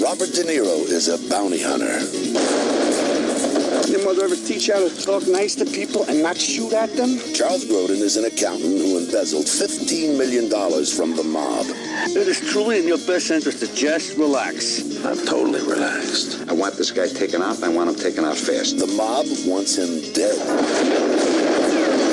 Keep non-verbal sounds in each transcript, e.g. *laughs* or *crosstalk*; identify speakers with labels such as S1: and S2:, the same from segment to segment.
S1: Robert De Niro is a bounty hunter.
S2: Your mother ever teach you how to talk nice to people and not shoot at them?
S1: Charles Grodin is an accountant who embezzled $15 million from the mob.
S2: It is truly in your best interest to just relax.
S3: I'm totally relaxed.
S4: I want this guy taken out, and I want him taken out fast.
S1: The mob wants him dead.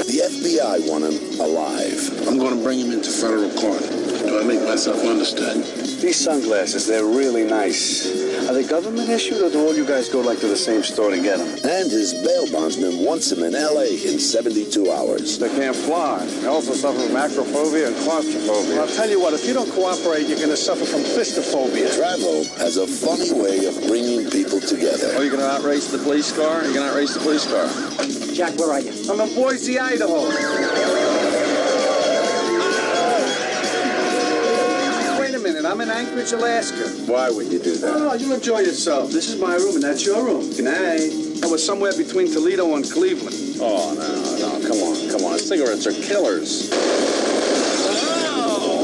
S1: The FBI want him alive.
S3: I'm going to bring him into federal court. Do I make myself understood?
S2: These sunglasses, they're really nice. Are they government issued, or do all you guys go like to the same store to get them?
S1: And his bail bondsman wants him in L.A. in 72 hours.
S5: They can't fly. They also suffer from acrophobia and claustrophobia.
S6: I'll tell you what, if you don't cooperate, you're going to suffer from fistophobia.
S1: Travel has a funny way of bringing people together.
S7: Are oh, you going to outrace the police car? You're going to outrace the police car.
S8: Jack, where are you?
S2: I'm in Boise, Idaho.
S8: Ah!
S2: minute. I'm in Anchorage, Alaska.
S3: Why would you do that?
S2: No, no, you enjoy yourself. This is my room and that's your room. Good night. I was somewhere between Toledo and Cleveland.
S7: Oh, no, no. Come on, come on. Cigarettes are killers.
S5: Oh,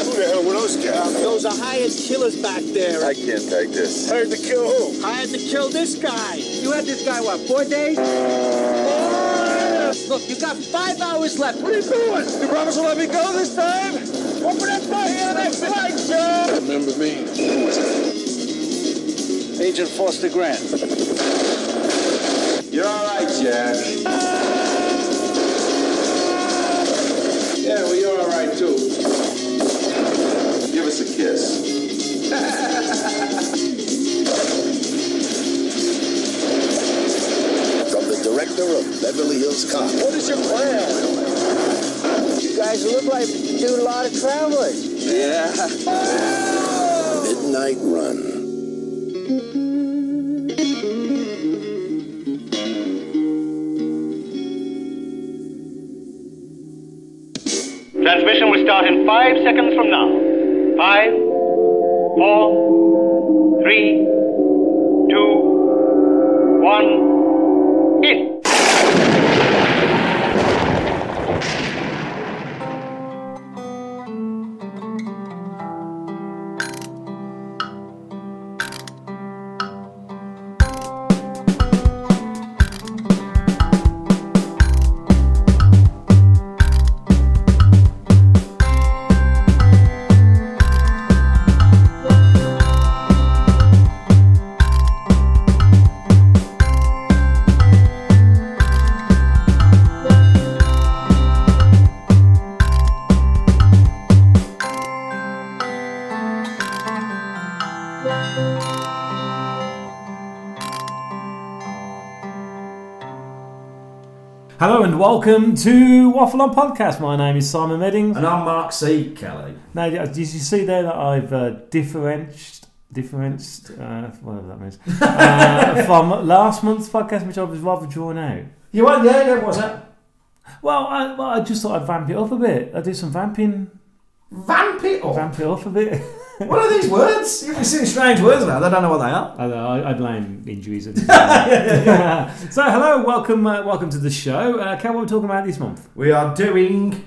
S5: who the hell were those guys?
S8: Those are hired killers back there.
S3: I can't take this.
S5: Hired to kill who?
S8: Hired to kill this guy.
S2: You had this guy, what, four days?
S8: Oh, look, you got five hours left.
S5: What are you doing? You promise to let me go this time? Open up my hand and fly, Joe!
S3: Remember me? Who was
S2: it? Agent Foster Grant.
S3: You're all right, Jack. Yeah, well, you're all right, too. Give us a kiss.
S1: From the director of Beverly Hills Cop.
S5: What is your plan?
S8: You guys look like you do a lot of traveling.
S3: Yeah.
S1: Midnight Run.
S9: Transmission will start in five seconds from now. Five, four, three, two, one, in.
S10: welcome to Waffle On Podcast. My name is Simon Meddings.
S11: And I'm Mark C. Kelly.
S10: Now, did you see there that I've uh, differentiated, differenced, uh, whatever that means, *laughs* uh, from last month's podcast, which I was rather drawn out?
S11: You were, yeah, yeah, what's that?
S10: Well I, well, I just thought I'd vamp it up a bit. I'd do some vamping.
S11: Vamp it up?
S10: Vamp it up a bit.
S11: what are these words? You're seeing strange words now. I don't know what they
S10: Uh,
S11: are.
S10: *laughs* I, I blame injuries. *laughs* And yeah, yeah, yeah. so, hello, welcome, uh, welcome to the show. Uh, Cal, what are we talking about this month?
S11: We are doing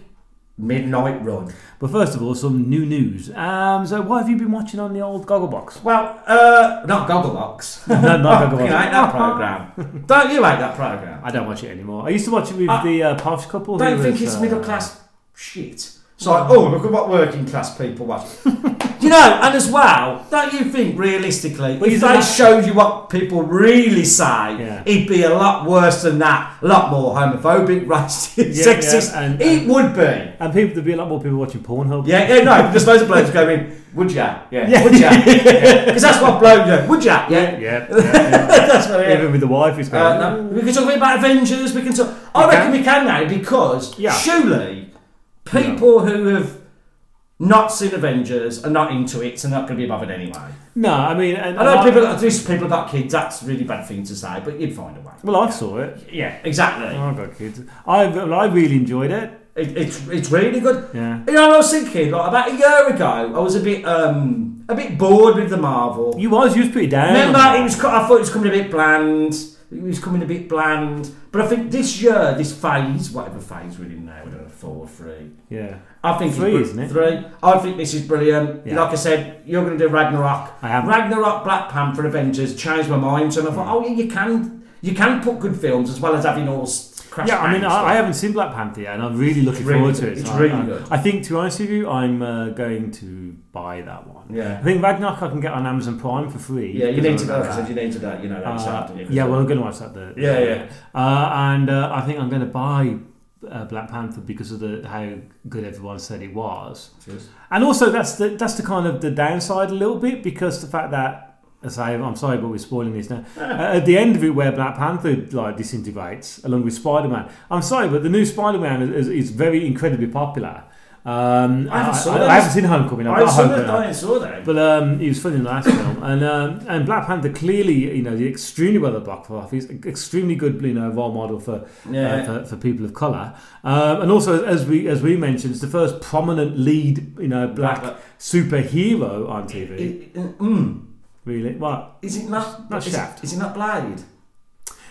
S11: Midnight Run.
S10: But first of all, some new news. Um, so, what have you been watching on the old Gogglebox?
S11: Well, uh, not Gogglebox.
S10: no,
S11: *laughs*
S10: not Gogglebox.
S11: you like
S10: *laughs*
S11: that program? don't you like that program?
S10: I don't watch it anymore. I used to watch it with I, the uh, posh couple.
S11: Ah, Don't think
S10: was, uh,
S11: it's middle class shit. It's like, uh, oh, look at what working class people *laughs* watch. you know, and as well, don't you think realistically, well, if they that... showed you what people really say,
S10: yeah.
S11: it'd be a lot worse than that. A lot more homophobic, *laughs* racist, yeah, sexist. Yeah. And, it and, would be.
S10: And people, there'd be a lot more people watching Pornhub.
S11: Yeah, yeah, no, there's loads of blokes going, would ya? Yeah, yeah. would ya? *laughs* Because that's what blokes do. Would ya?
S10: Yeah,
S11: *laughs*
S10: yeah. that's what Even with the wife, it's going.
S11: Uh, no. We can talk about Avengers. We can talk. I okay. reckon we can now because surely people no. who have not seen Avengers are not into it, so they're not going to be bothered anyway.
S10: No, I mean, and,
S11: I know I, people. At least people got kids. That's a really bad thing to say, but you'd find a way.
S10: Well, I saw it.
S11: Yeah, exactly.
S10: Oh, I got kids. I I really enjoyed it.
S11: it. It's it's really good.
S10: Yeah.
S11: You know, I was thinking like about a year ago. I was a bit um a bit bored with the Marvel.
S10: You was you was pretty down.
S11: Remember, it was. I thought it was coming a bit bland. It was coming a bit bland. But I think this year, this phase, whatever phase we're in now, whatever Thor three.
S10: Yeah.
S11: I think it's
S10: Three,
S11: br-
S10: isn't it?
S11: Three. I think this is brilliant.
S10: Yeah.
S11: Like I said, you're going to do Ragnarok.
S10: I am. Hmm.
S11: Ragnarok, Black Panther, Avengers changed my mind. So I thought, oh yeah, you can, you can put good films as well as having all s- crash.
S10: Yeah, I mean,
S11: bang
S10: I, I
S11: stuff.
S10: haven't seen Black Panther yet, and I'm really looking
S11: really
S10: forward
S11: good.
S10: to it.
S11: It's
S10: I-
S11: really
S10: I,
S11: good.
S10: I think, to be honest with you, I'm uh, going to buy that one.
S11: Yeah.
S10: I think Ragnarok I can get on Amazon Prime for free.
S11: Yeah, you
S10: because
S11: need
S10: I
S11: to.
S10: remember
S11: Like I said, you need to do that. You know, that
S10: Uh,
S11: stuff, don't you?
S10: yeah, well, I'm going to watch that. The,
S11: Yeah, yeah.
S10: Uh, and uh, I think I'm going to buy uh, Black Panther because of the how good everyone said it was.
S11: Cheers.
S10: And also, that's the that's the kind of the downside a little bit because the fact that as I, I'm sorry, but we're spoiling this
S11: *laughs*
S10: now. Uh, at the end of it, where Black Panther like disintegrates along with Spider Man. I'm sorry, but the new Spider Man is, is, is very incredibly popular. Um,
S11: I haven't
S10: I,
S11: saw
S10: I-
S11: that.
S10: I haven't seen Homecoming. I've
S11: I
S10: got
S11: saw
S10: Homecoming.
S11: that. I saw that.
S10: But um, he was funny in the last film, and um, and Black Panther clearly, you know, did extremely well at box office. Extremely good, you know, role model for
S11: Yeah.
S10: uh, for, for people of color. Um, and also, as we as we mentioned, it's the first prominent lead, you know, black
S11: Black-
S10: superhero on TV.
S11: It- it- mm.
S10: really, what?
S11: Is it not?
S10: Not
S11: is it-
S10: Shaft.
S11: Is it not Blade?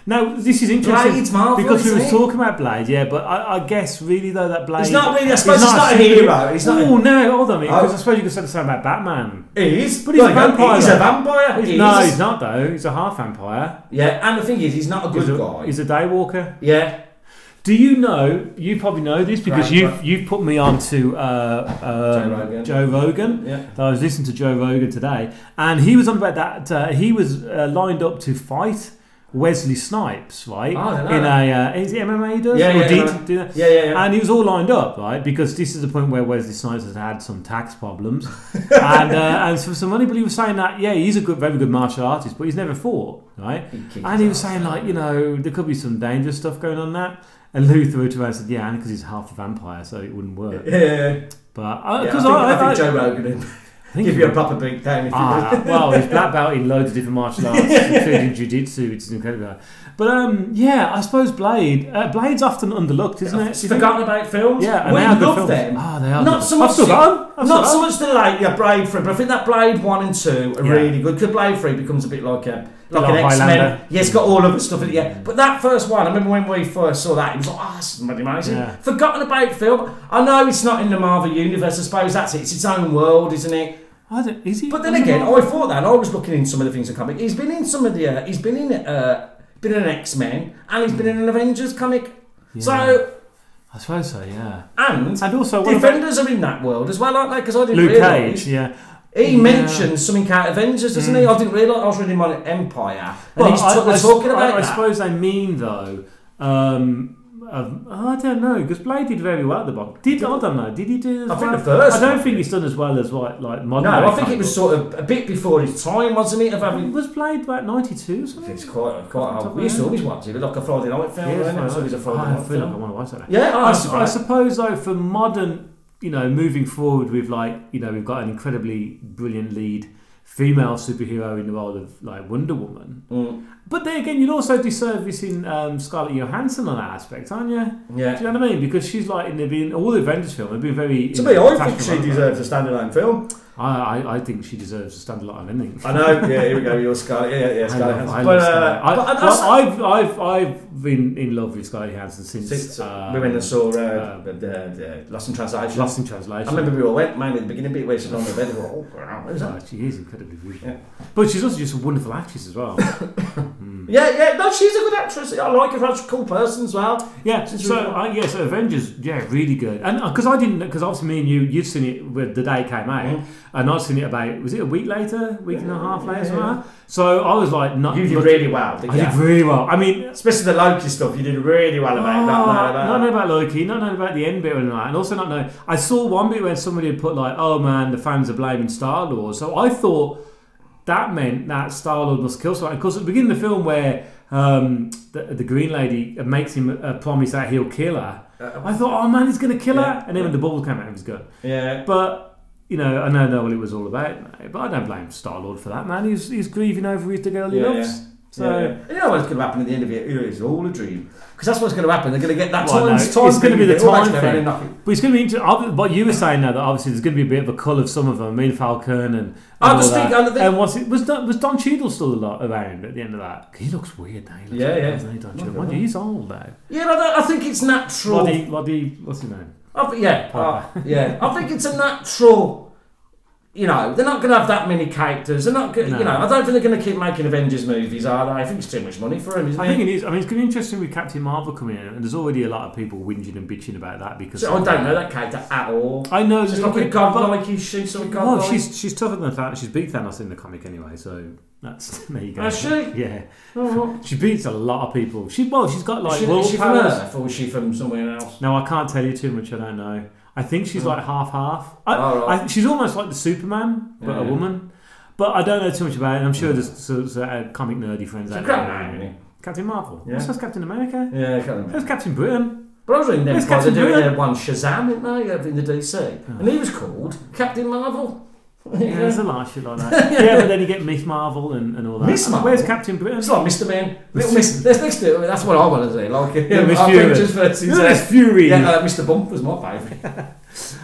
S10: Now this is interesting
S11: Blade's Marvel,
S10: because we
S11: isn't
S10: were
S11: it?
S10: talking about Blade, yeah. But I, I guess really though that Blade,
S11: He's not really- I suppose he's not a hero, he's not a-
S10: oh no, hold on, a minute,
S11: Oh.
S10: 'cause I suppose you could say the same about Batman.
S11: He is,
S10: But he's a vampire.
S11: He's a vampire.
S10: He's-
S11: He
S10: no,
S11: is.
S10: he's not though. He's a half vampire.
S11: Yeah, and the thing is, he's not a good
S10: He's a,
S11: guy.
S10: He's a day walker.
S11: yeah,
S10: Do you know? You probably know this because
S11: Right,
S10: you've
S11: right.
S10: you've put me on to uh, um,
S11: Joe Rogan.
S10: Joe Rogan.
S11: Yeah.
S10: I was listening to Joe Rogan today, and he was on about that. Uh, he was uh, lined up to fight Wesley Snipes, right?
S11: Oh, I don't know.
S10: In a uh, is it MMA he does?
S11: Yeah,
S10: Or
S11: yeah,
S10: did-
S11: yeah.
S10: did that?
S11: Yeah, yeah, yeah.
S10: And he was all lined up, right? Because this is the point where Wesley Snipes has had some tax
S11: *laughs*
S10: problems, and uh, and for some money, but he was saying that yeah, he's a good, very good martial artist, but he's never fought, right?
S11: kicked
S10: and he was
S11: his ass.
S10: saying like you know there could be some dangerous stuff going on that. And Lou threw it around and said, "Yeah, and because he's half a vampire, so it wouldn't work."
S11: yeah.
S10: But uh,
S11: Yeah, I
S10: because
S11: think, I think Joe Rogan would
S10: think he
S11: give you a
S10: would.
S11: proper beat down if you
S10: Ah,
S11: would.
S10: well, he's black belt in loads of different martial
S11: *laughs*
S10: arts, including jujitsu, which is incredible. But um, yeah, I suppose Blade. Uh, Blade's often underlooked, isn't it?
S11: It's forgotten about films.
S10: Yeah, and
S11: we
S10: they are good
S11: love
S10: films.
S11: them.
S10: Ah, they are
S11: Not
S10: good.
S11: so much.
S10: I've still got 'em. I've
S11: not
S10: still
S11: so much the like yeah, Blade Three, but I think that Blade One and Two are
S10: Yeah.
S11: really good. Because Blade Three becomes a bit like a like,
S10: like
S11: an X
S10: Highlander.
S11: Men. Yeah, it's got all of the stuff in it. Yeah, but that first one, I remember when we first saw that, it was like, ah, this is bloody amazing.
S10: Yeah.
S11: Forgotten about film. I know it's not in the Marvel universe. I suppose that's it. It's its own world, isn't it?
S10: I don't, is he?
S11: But then again, I thought that and I was looking in some of the things in comic. He's been in some of the. Uh, he's been in. Uh, been in an X Men and he's been in an Avengers comic. So
S10: I suppose so. Yeah.
S11: and
S10: And also, what about
S11: Defenders are in that world as well, aren't they? Because I didn't
S10: Luke
S11: realise
S10: Cage? Yeah.
S11: he
S10: Yeah. Mm.
S11: mentions something out of Avengers, doesn't he? I didn't realise I was reading my Empire, and he's
S10: I-
S11: ta-
S10: I,
S11: they're talking
S10: I-
S11: about
S10: I,
S11: that.
S10: suppose they mean though. Um, um, I don't know because Blade did very well at the box. Did I don't know? Did he do? As
S11: I think
S10: well?
S11: the first
S10: I don't
S11: one.
S10: think he's done as well as like like modern.
S11: no, I
S10: day
S11: think it
S10: comic
S11: was sort of a bit before his time, wasn't it? Of having
S10: Was Blade about 92 or something?
S11: it's quite quite.
S10: Top
S11: Old.
S10: of
S11: We used to
S10: my
S11: always watch it, like a Friday night film.
S10: Yeah,
S11: wasn't it?
S10: it's
S11: It's always a
S10: fine.
S11: Friday
S10: I
S11: night
S10: feel like I
S11: film.
S10: want to watch that.
S11: Yeah, oh,
S10: I,
S11: I
S10: su- I
S11: suppose.
S10: suppose though, for modern, you know, moving forward, we've like, you know, we've got an incredibly brilliant lead female superhero in the role of like Wonder Woman.
S11: Mm.
S10: But then again, you're also disservicing um, Scarlett Johansson on that aspect, aren't you?
S11: Yeah.
S10: Do you know what I mean? Because she's like in the being all the Avengers film, it'd be very.
S11: To me, I think she deserves a standalone film.
S10: I, I, I think she deserves a standalone ending.
S11: I know. Yeah, here we go. You're Scarlett. Yeah, yeah,
S10: *laughs*
S11: yeah
S10: I
S11: Scarlett.
S10: love, I
S11: Johansson.
S10: love Scarlett.
S11: But,
S10: I,
S11: uh, but I-
S10: well, I've, I've, I've been in love with Scarlett Johansson since,
S11: Since
S10: um,
S11: we went and saw uh,
S10: um,
S11: the, the Lost in Translation.
S10: Lost in Translation.
S11: I remember we all went, mainly at the beginning bit where she's on the bed. we were, Oh, wow, what is
S10: Oh,
S11: that?
S10: she is incredibly beautiful.
S11: Yeah.
S10: But she's also just a wonderful actress as well.
S11: Yeah, yeah, no, she's a good actress. I like her. She's a cool person as well.
S10: yeah.
S11: *laughs* She's
S10: So
S11: really good.
S10: uh, yeah, so Avengers, yeah, really good. And because I didn't, because obviously me and you, you'd seen it with the day it came out,
S11: Mm-hmm.
S10: and I'd seen it about was it a week later, week and a half later, something like that? So I was like, not.
S11: You did
S10: look-
S11: really well. didn't
S10: I
S11: you?
S10: did really well. I mean.
S11: Especially the Loki stuff, you did really well about that. man,
S10: ah,
S11: about
S10: not
S11: that.
S10: knowing about Loki, not knowing about the end bit or anything like that, and also not knowing. I saw one bit where somebody had put like, "Oh man, the fans are blaming Star Lord." So I thought that meant that Star Lord must kill someone. Of course, at the beginning of the film, where um, the, the Green Lady makes him uh, promise that he'll kill her,
S11: Uh,
S10: I thought, oh man, he's going to kill her. And then when the bubble came out of his gun.
S11: Yeah.
S10: But, you know, I know know what it was all about, mate, but I don't blame Star Lord for that, man. He's, he's grieving over his the girl he
S11: Yeah,
S10: loves.
S11: yeah.
S10: So.
S11: Yeah, yeah. And you know what's going to happen at the end of it? You know, It's all a dream. Because that's what's going to happen. They're going to get that
S10: Well, no,
S11: time.
S10: it's going to be the time thing.
S11: Nothing.
S10: But it's going to be interesting. ob- What you were saying now that obviously there's going to be a bit of a cull of some of them. I mean, Falcon and. and
S11: I
S10: all
S11: just
S10: that.
S11: think- I think-
S10: and was it was Don, was Don Cheadle still a lot around at the end of that? He looks weird now. He looks
S11: Yeah,
S10: weird,
S11: yeah.
S10: Doesn't he, Don Cheadle? Mind you, he's old now.
S11: Yeah, I, don't- I think it's natural.
S10: Roddy, Roddy, what's his name?
S11: I think, yeah, I-
S10: *laughs*
S11: yeah. I think it's a natural. You know, they're not going to have that many characters. They're not, go-
S10: No.
S11: you know, I don't think they're going to keep making Avengers movies, are they? I think it's too much money for them, isn't
S10: I think
S11: it?
S10: it is. I mean, it's going to be interesting with Captain Marvel coming in, and there's already a lot of people whinging and bitching about that because
S11: So I don't know that character at all.
S10: I know.
S11: Just
S10: there's
S11: like a
S10: nothing- but-
S11: godlike, he shoots a
S10: Oh,
S11: godlike.
S10: she's she's tougher than Thanos. She's beat Thanos in the comic anyway, so that's *laughs* there you go.
S11: Has she?
S10: Yeah,
S11: Oh,
S10: she beats a lot of people. She well, she's got
S11: is
S10: *laughs* like
S11: she,
S10: world
S11: is she from
S10: powers.
S11: Earth or is she from somewhere else?
S10: No, I can't tell you too much. I don't know. I think she's like half half. I,
S11: Oh, right.
S10: I, she's almost like the Superman, but a
S11: Yeah.
S10: woman. But I don't know too much about it. and I'm sure there's sort of, uh, comic nerdy friends out
S11: a great
S10: there.
S11: name, isn't
S10: Captain Marvel.
S11: Yeah.
S10: Yeah. So's Captain America.
S11: Yeah, I can't remember.
S10: So's Captain Britain.
S11: But I was reading them
S10: It's
S11: because they're
S10: Captain
S11: doing
S10: Britain.
S11: their uh, one Shazam, didn't they, over in the DC? And he was called Captain Marvel. *laughs*
S10: Yeah, there's a lot of shit like that. yeah, but then you get Miss Marvel and, and all that.
S11: Miss Marvel?
S10: Where's Captain Britain?
S11: It's like Mr. Man. Little Miss, that's next to it. That's what I want to do. Like, yeah, *laughs*
S10: Miss
S11: our
S10: Fury.
S11: pictures versus.
S10: Yeah,
S11: uh,
S10: Miss Fury.
S11: Yeah, uh, Mr. Bump was my favourite.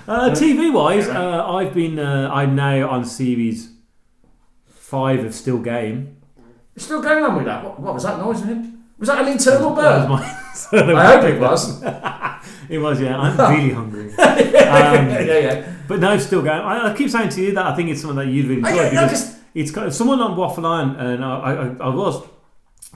S10: Uh, TV wise, uh, I've been uh, I'm now on series five of Still Game.
S11: It's Still going on with that. What, what was that noise in him? Was that an internal bird?
S10: So there
S11: I hope it was.
S10: *laughs* Um, It was, yeah. I'm really hungry. Um,
S11: *laughs* yeah, yeah.
S10: but no, still going. I, I keep saying to you that I think it's something that you'd really
S11: I-
S10: enjoy.
S11: I- I
S10: because
S11: just-
S10: it's got someone on Waffle Iron, and I, I, I- I was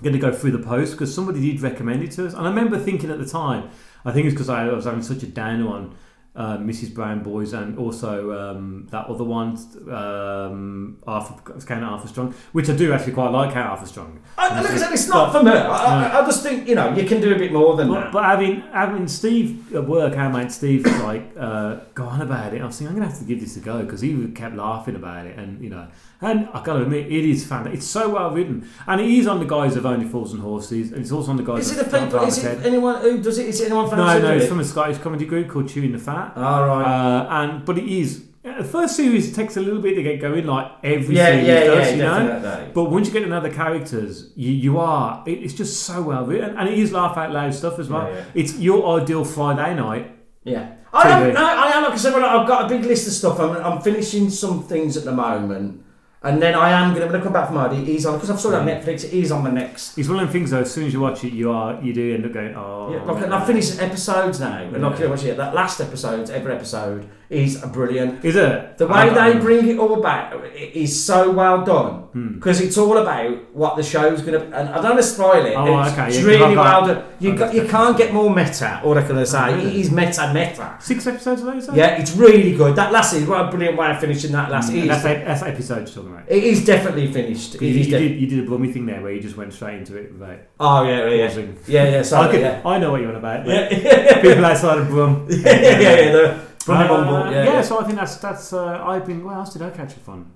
S10: going to go through the post because somebody did recommend it to us, and I remember thinking at the time, I think it's because I was having such a downer on. Uh, Mrs. Brown Boys and also um, that other one, um, Arthur, Count Arthur Strong, which I do actually quite like. Count Arthur Strong,
S11: I, I- like I said, it's not for me. I, I, I just think, you know, you can do a bit more than
S10: But,
S11: that.
S10: but having having Steve at work, our mate Steve, *coughs* was like uh, go on about it. I was thinking I'm gonna have to give this a go because he kept laughing about it, and you know, and I gotta admit, it is fan. It's so well written, and it is on the guise of only fools and horses, and it's also on the guise
S11: Is it
S10: of
S11: the people?
S10: Dark
S11: Is it
S10: Head.
S11: anyone who does it? Is it anyone from
S10: No, no,
S11: it?
S10: it's from a Scottish comedy group called Chewing the Fat.
S11: All right.
S10: Uh, and but it is uh, the first series takes a little bit to get going, like every
S11: Yeah,
S10: series
S11: yeah,
S10: does,
S11: yeah,
S10: you know.
S11: definitely.
S10: But once you get to know the characters, you, you are it, it's just so well written, and it is laugh out loud stuff as well.
S11: Yeah, yeah.
S10: It's your ideal Friday night.
S11: Yeah. I don't
S10: TV.
S11: know. I am, like I said, well, I've got a big list of stuff. I'm, I'm finishing some things at the moment. And then I am going to, when I come back from Hardy, he's on, because I've saw it on Netflix, it is on the next.
S10: It's one of them things though. As soon as you watch it, you are you do end up going oh.
S11: Yeah, like, and I've finished episodes now. And like, watch it. That last episode, every episode, is brilliant.
S10: Is it
S11: The way they bring it all back i- is so well
S10: Hmm.
S11: done because it's all about what the show's going to. And I don't want to spoil it.
S10: Oh,
S11: it's
S10: okay,
S11: it's
S10: yeah, 'cause
S11: really
S10: I've got-
S11: well done. You
S10: I've
S11: got, you
S10: got- Oh,
S11: can't get more meta. All I can say it is meta, meta.
S10: six episodes of those? though?
S11: Yeah, it's really good. That last is what a brilliant way of finishing that last. It
S10: And Mm. that's
S11: is,
S10: ep- that's episode you're talking about.
S11: it is definitely finished. It
S10: You,
S11: is
S10: you
S11: de-
S10: did, you did a blummy thing there where you just went straight into it without.
S11: oh yeah, yeah, yeah,
S10: Pausing.
S11: yeah, yeah. Sorry,
S10: I, could- *laughs*
S11: yeah.
S10: I know what you're on about. but *laughs*
S11: yeah,
S10: People outside of Brum.
S11: *laughs* yeah, yeah. The Brummy
S10: Uh,
S11: Bumble. Yeah, yeah.
S10: so I think that's that's. Uh, I've been. What else did I catch up on?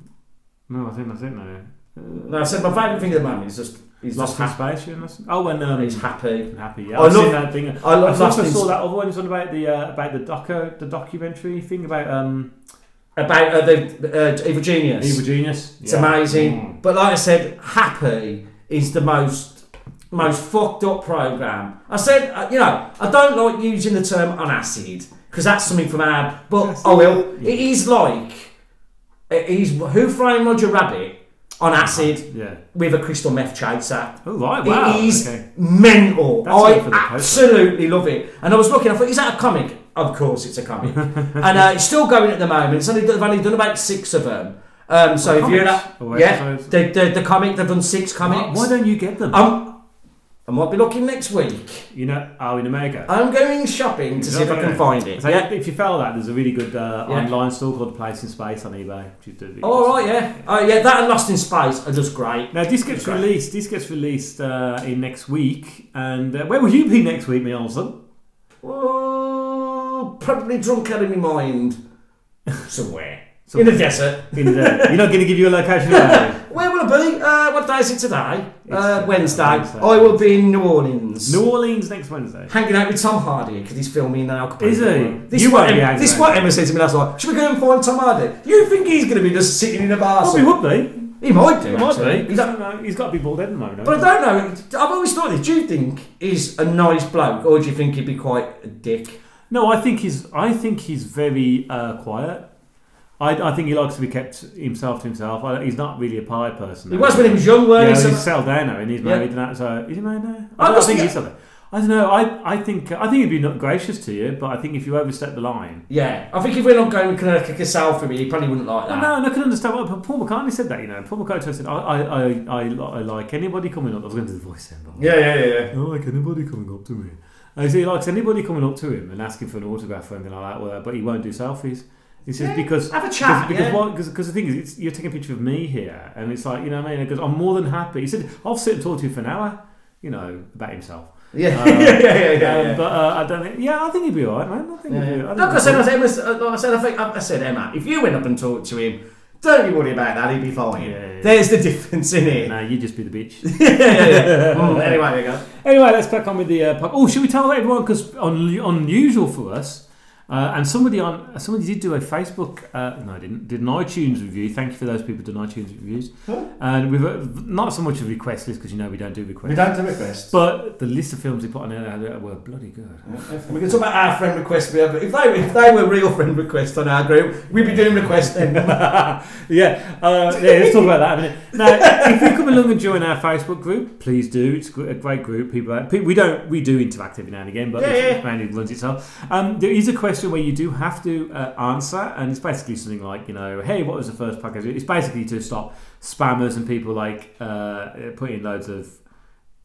S10: No, I think that's it now.
S11: No, I said my favourite thing at the moment is just he's
S10: He's lost
S11: just happy.
S10: his space. You know? Oh, and um,
S11: He's happy.
S10: happy.
S11: I
S10: Yeah, I've seen
S11: love-
S10: that thing.
S11: I love
S10: I,
S11: Lost
S10: think I
S11: in-
S10: saw that other one. It's on about the uh, about the doco, the documentary thing about um,
S11: about uh, the uh, evil genius.
S10: Evil Genius.
S11: It's amazing.
S10: Mm.
S11: But like I said, Happy is the most most fucked up program. I said, uh, you know, I don't like using the term on acid because that's something from our. But I will. It is like it is Who Framed Roger Rabbit on acid
S10: Yeah.
S11: with a crystal meth chaser.
S10: Oh right! Wow.
S11: It is
S10: Okay.
S11: mental.
S10: That's
S11: I
S10: good for the poster.
S11: absolutely love it. And I was looking, I thought, is that a comic? Of course, it's
S10: *laughs*
S11: a comic. and uh, it's still going at the moment. It's only, they've only done about six of them. Um, so if you're
S10: comics?
S11: not,
S10: Or
S11: yeah,
S10: episodes?
S11: the, the, the comic they've done six
S10: Oh, Why,
S11: comics.
S10: why don't you get them?
S11: I'm, I might be looking next week.
S10: you know, oh, in America.
S11: I'm going shopping to see if I can find it.
S10: So
S11: yeah.
S10: If you fail that, there's a really good uh,
S11: Yeah.
S10: online store called Place in Space on eBay. which is really
S11: All
S10: good.
S11: right, yeah, oh yeah, that and Lost in Space are just great.
S10: Now this gets
S11: Great.
S10: released. This gets released uh, in next week. And uh, where will you be next week, me Olsen?
S11: Oh, probably drunk out of
S10: *laughs*
S11: my mind somewhere in the desert.
S10: In the-
S11: *laughs*
S10: *laughs* You're not going to give you a location. are you?
S11: Where will I be? Uh, what day is it today? Uh,
S10: It's, uh,
S11: Wednesday.
S10: Wednesday.
S11: I will be in New
S10: *laughs*
S11: Orleans.
S10: New Orleans next Wednesday.
S11: Hanging out with Tom Hardy because he's filming now.
S10: Is he?
S11: This
S10: You
S11: what
S10: won't be
S11: Em-
S10: hanging
S11: This
S10: out.
S11: what Emma said to me last night. Should we go and find Tom Hardy? You think he's going to be just sitting in a bar?
S10: Probably
S11: somewhere?
S10: Oh, would be.
S11: He might do.
S10: It might
S11: actually.
S10: be.
S11: He don't-
S10: he's got to be bald head at the moment.
S11: But I don't know. I've always thought this. Do you think he's a nice bloke, or do you think he'd be quite a dick?
S10: No, I think he's. I think he's very uh, quiet. I, I think he likes to be kept himself to himself. I, he's not really a party person.
S11: He was when he was young, weren't
S10: yeah,
S11: he?
S10: he's
S11: So-
S10: settled down now and he's
S11: Yeah.
S10: married and that. So is he married now?
S11: I
S10: I, don't
S11: just
S10: think
S11: think-
S10: he's settled. I don't know. I, I think uh, I think it'd be not gracious to you, but I think if you overstep the line,
S11: Yeah, I think if we're not going with Connecticut Casal for me, he probably wouldn't like that.
S10: no, and I can understand. What, Paul McCartney said that. You know, Paul McCartney said, "I I, I, I, I like anybody coming up." I was going to do the voice then, but
S11: Yeah, yeah, yeah, yeah.
S10: I don't like anybody coming up to me. And so he likes anybody coming up to him and asking for an autograph or anything like that, or that, but he won't do selfies. He says because
S11: have a chat,
S10: because, because
S11: yeah.
S10: what- 'cause- 'cause the thing is it's, you're taking a picture of me here and it's like you know what I mean because I'm more than happy. He said I'll sit and talk to you for an hour, you know about himself.
S11: *laughs* Yeah, yeah, yeah, yeah, yeah,
S10: Um,
S11: yeah.
S10: But uh, I don't think. Yeah, I think he'd be alright, man. I think he'd be. I think
S11: Like I
S10: he'd
S11: said,
S10: be-
S11: I said, Emma, like I said, I think I said Emma. If you went up and talked to him, don't you worry about that. He'd be
S10: yeah,
S11: fine.
S10: yeah.
S11: There's the difference in it.
S10: No, you just be the bitch.
S11: *laughs* Mm, anyway, there you go.
S10: Anyway, let's back on with the uh, pod. Oh, should we tell everyone because un- unusual for us, uh, and somebody on somebody did do a Facebook. Uh, no, I didn't. Did an iTunes review. Thank you for those people who did iTunes reviews. And we've uh, not so much a request list because you know we don't do requests.
S11: We don't do requests.
S10: But the list of films they put on there were bloody good.
S11: We can talk about our friend requests we have. If they, if they were real friend requests on our group, we'd be doing requests
S10: *laughs*
S11: then.
S10: yeah, uh, yeah, let's talk about that. in a minute. Now, if you come along and join our Facebook group, please do. It's gr- a great group. People, pe- we don't we do interact every now and again, but
S11: Yeah,
S10: it's-
S11: yeah.
S10: it mainly runs itself. Um, there is a question where you do have to uh, answer, and it's basically something like you know, hey, what was the first podcast? It's basically to stop spammers and people like uh, putting loads of.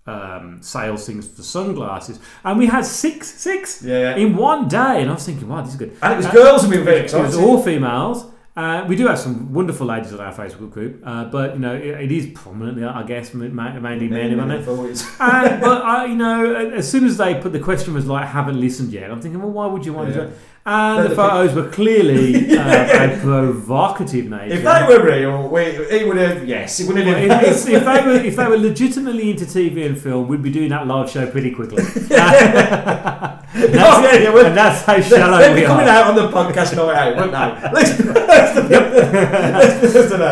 S10: Um, sales things for sunglasses, and we had six, six
S11: Yeah, yeah.
S10: in one day, and I was thinking, wow, this is good.
S11: And it was
S10: Uh,
S11: girls and we were very
S10: it was
S11: excited.
S10: all females. Uh, we do have some wonderful ladies on our Facebook group, uh, but you know it, it is prominently, I guess, ma- ma- mainly men on it. *laughs* Uh, but I, you know, a- as soon as they put the question was like, "Haven't listened yet," I'm thinking, "Well, why would you want to?"
S11: Yeah.
S10: join? And
S11: But
S10: the
S11: the
S10: photos were
S11: *laughs*
S10: clearly uh, a provocative nature.
S11: If they were real, we, he would have, yes, he would have been.
S10: If,
S11: *laughs*
S10: if, if they were if they were legitimately into TV and film, we'd be doing that live show pretty quickly. and, that's,
S11: *laughs* Oh, *laughs* yeah, yeah, well,
S10: and that's how shallow
S11: They'd
S10: we
S11: be coming
S10: are.
S11: out on the podcast night out,
S10: *laughs*
S11: wouldn't they? Let's do that.
S10: Uh,
S11: So,
S10: so,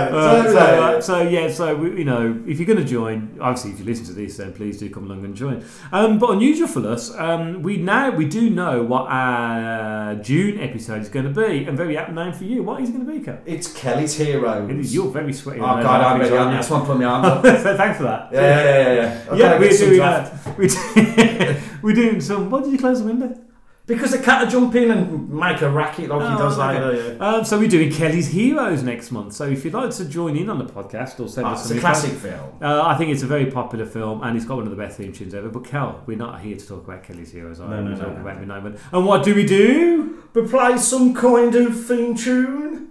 S10: uh,
S11: so,
S10: so yeah, so we, you know, if you're going to join, obviously, if you listen to this, then please do come along and join. Um, but unusual for us, um, we now we do know what our June episode is going to be, and very apt name for you. What is it going to be, Kat?
S11: It's Kelly's Heroes.
S10: It is- You're very sweaty.
S11: Oh, God, I'm ready. I'm- That's one put me on.
S10: *laughs*
S11: Yeah,
S10: so thanks for that.
S11: yeah, yeah, yeah. I'll
S10: Yeah,
S11: try and
S10: we're
S11: get some
S10: doing
S11: draft.
S10: that. *laughs* We do, *laughs* we're doing some. What did you close the window?
S11: Because the cat will jump in and make a racket like he
S10: Oh,
S11: does like
S10: okay.
S11: that.
S10: Um, so we're doing Kelly's Heroes next month. So if you'd like to join in on the podcast or send
S11: Ah,
S10: us
S11: it's
S10: some email-
S11: a classic film.
S10: Uh, I think it's a very popular film, and it's got one of the best theme tunes ever. But Kel, we're not here to talk about Kelly's Heroes. No,
S11: no,
S10: we're
S11: no,
S10: talking
S11: no.
S10: about Midnight Men. And what do we do?
S11: We play some kind of theme tune.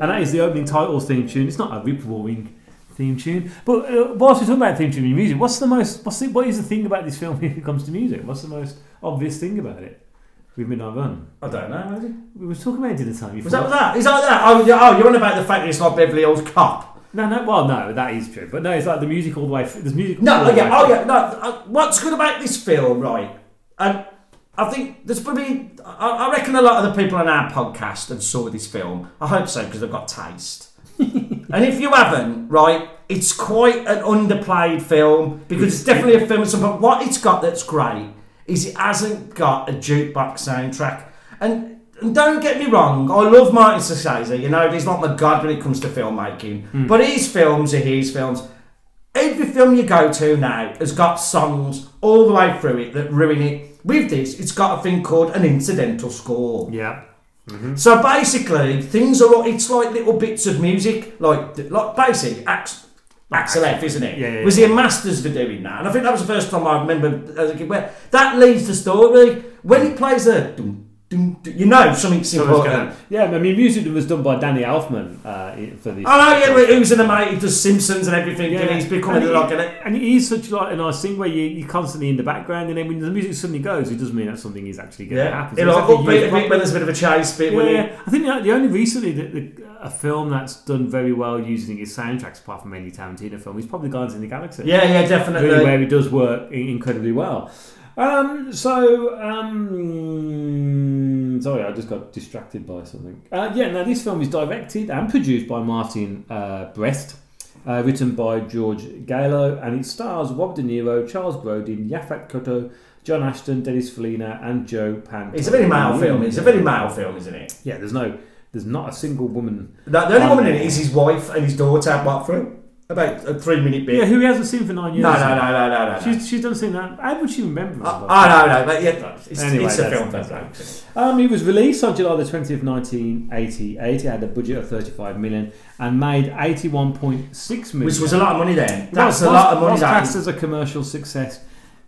S10: and that is the opening titles theme tune. It's not a rip roaring theme tune, but uh, whilst we're talking about theme tune and music, what's the most? What's the, what is the thing about this film *laughs* when it comes to music? What's the most obvious thing about it? With Midnight Run,
S11: I don't know. Maybe.
S10: we were talking about it at the time. You
S11: Was that
S10: forgot.
S11: was that? Is that that? Oh, yeah, oh, you're on about the fact that it's not Beverly Hills Cop.
S10: No, no. Well, no, that is true. But no, it's like the music all the way. Through. There's music. all
S11: No,
S10: the
S11: oh, yeah,
S10: way
S11: oh
S10: through.
S11: yeah, no. uh, What's good about this film, right? And I think there's probably, I, I reckon a lot of the people on our podcast have saw this film. I hope so because they've got taste. and if you haven't, right, it's quite an underplayed film because it's definitely a film at some point. What it's got that's great is it hasn't got a jukebox soundtrack. And, and don't get me wrong, I love Martin Scorsese. You know, he's not my god when it comes to filmmaking, but his films are his films. Every film you go to now has got songs all the way through it that ruin it. With this, it's got a thing called an incidental score.
S10: Yeah.
S11: So basically, things are it's like little bits of music, like like basic acts. Axel F, isn't it?
S10: Yeah, yeah,
S11: was he a masters for doing that? And I think that was the first time I remember as a kid. Where that leads the story when he plays a, dum, dum, dum, you know, something's
S10: Someone's
S11: important.
S10: gonna- Yeah, I mean, music was done by Danny Elfman uh, i- for this.
S11: Oh no, yeah, well, who's in the mate? He does Simpsons and everything,
S10: Yeah.
S11: and he's becoming
S10: and
S11: like
S10: it,
S11: an. e-
S10: and it is such like a nice thing where you, you're constantly in the background, and then when the music suddenly goes, it doesn't mean that something is actually going to
S11: Yeah,
S10: happen.
S11: it'll
S10: It's like a
S11: upbeat
S10: huge
S11: a bit when there's a bit of a chase bit.
S10: Yeah,
S11: when he-
S10: I think uh, the, the only recently that the, a film that's done very well using its soundtracks, apart from any Tarantino film, is probably Guardians in the Galaxy.
S11: Yeah, yeah, definitely.
S10: really where it does work i- incredibly well. Um, so, um, sorry, I just got distracted by something. Uh, yeah, now this film is directed and produced by Martin uh, Brest, uh, written by George Galo, and it stars Rob De Niro, Charles Brodin, Yaphet Kotto, John Ashton, Dennis Felina, and Joe Pan.
S11: It's a very male film. It's a very male film, isn't it?
S10: Yeah, there's no, there's not a single woman.
S11: Like, the only
S10: Um,
S11: woman in it is his wife and his daughter. What for about a three-minute bit?
S10: Yeah, who he hasn't seen for nine years.
S11: no, no, no, no, no, no.
S10: She's, she's done seen that. How would she remember?
S11: Oh, no, no, but yeah, it's,
S10: Anyway,
S11: it's a
S10: that's-
S11: film.
S10: that's-
S11: That's
S10: Um, it was released on July the 20th, 1988. It had a budget of 35 million and made 81.6 million.
S11: which was a lot of money then. That's
S10: Was-
S11: a lot of money.
S10: Was
S11: That
S10: classed as
S11: is.
S10: a commercial success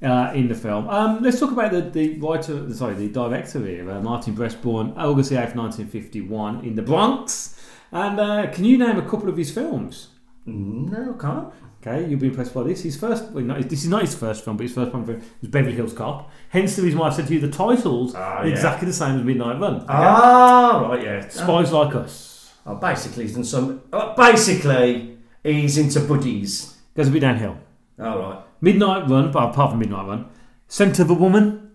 S10: uh, in the film. Um, let's talk about the, the writer, sorry, the director here, uh, Martin Brest, born August the 8th, 1951, in the Bronx. And uh, can you name a couple of his films?
S11: No, can't.
S10: Okay, you'll be impressed by this. His first, well, not, this is not his first film, but his first film was Beverly Hills Cop. Hence the reason why I said to you the titles
S11: Ah,
S10: are
S11: yeah.
S10: exactly the same as Midnight Run.
S11: Ah, right, yeah.
S10: Spies Like Us
S11: Oh, basically, he's done some. oh, Basically, he's into buddies.
S10: goes a bit downhill.
S11: All right.
S10: Midnight Run, but apart from Midnight Run, Scent of a Woman,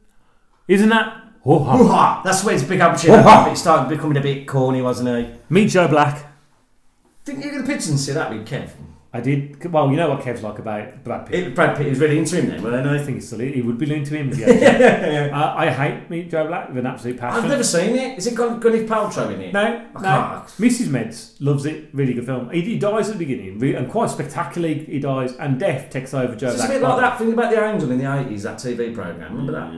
S10: isn't that? Oh, ha.
S11: Hoo-ha! That's where his big opportunity.
S10: Hoo-ha!
S11: It started becoming a bit corny, wasn't he?
S10: Meet Joe Black.
S11: Didn't you get a picture and see that with Kev?
S10: I did. Well, you know what Kev's like about Brad Pitt.
S11: It, Brad Pitt was really into him then, were they not?
S10: I think it's silly. He would be linked to him. Yeah.
S11: *laughs*
S10: Uh, I hate Meet Joe Black with an absolute passion.
S11: I've never seen it. Is it got Gwyneth Paltrow in it?
S10: No,
S11: I
S10: no.
S11: can't.
S10: Mrs. Meds loves it. Really good film. He, he dies at the beginning, re- and quite spectacularly, he dies, and death takes over Joe
S11: It's just
S10: Black.
S11: a bit like that thing about the angel in the eighties, that TV program. Remember that?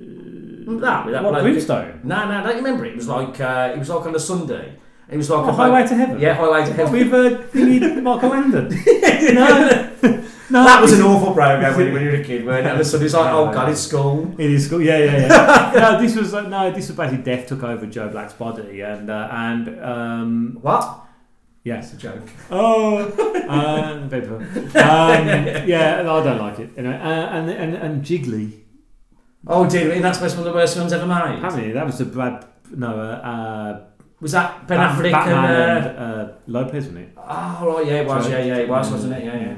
S11: Remember that? With that
S10: What,
S11: bloke-
S10: Brimstone?
S11: No, no, don't you remember? It was like uh, it was like on a Sunday. It was like
S10: Oh,
S11: a
S10: Highway
S11: bloke-
S10: to Heaven?
S11: Yeah, Highway to Heaven.
S10: We've uh, thingy Michael Landon. no, no,
S11: *laughs* that was an awful program when you when you were a
S10: *laughs*
S11: kid, weren't it? And so it was like, oh god, it's school.
S10: It is cool. Yeah, yeah, yeah.
S11: *laughs*
S10: no, this was uh, no, this was basically death took over Joe Black's body, and uh, and um,
S11: What?
S10: yes,
S11: Joke.
S10: oh, *laughs* um, very poor. um, yeah, I don't like it. Anyway, uh, and and and Jiggly.
S11: Oh dear, and that's one of the worst films ever made.
S10: Apparently, that was the Brad. No, uh, uh,
S11: Was that Ben
S10: Bat-
S11: Affleck
S10: Batman
S11: and? Uh,
S10: and uh, Lopez, wasn't it?
S11: oh right, yeah, it was. Yeah, yeah, it was, wasn't it? Yeah, yeah.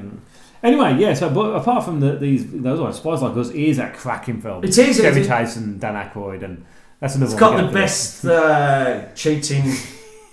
S10: Anyway, yeah. So, but apart from the, these, those ones, Spies Like Us is a cracking film.
S11: It is, it
S10: Chevy
S11: is.
S10: Chase and Dan Aykroyd, and that's another
S11: It's
S10: one. we
S11: got
S10: get
S11: the
S10: for this.
S11: best uh, cheating.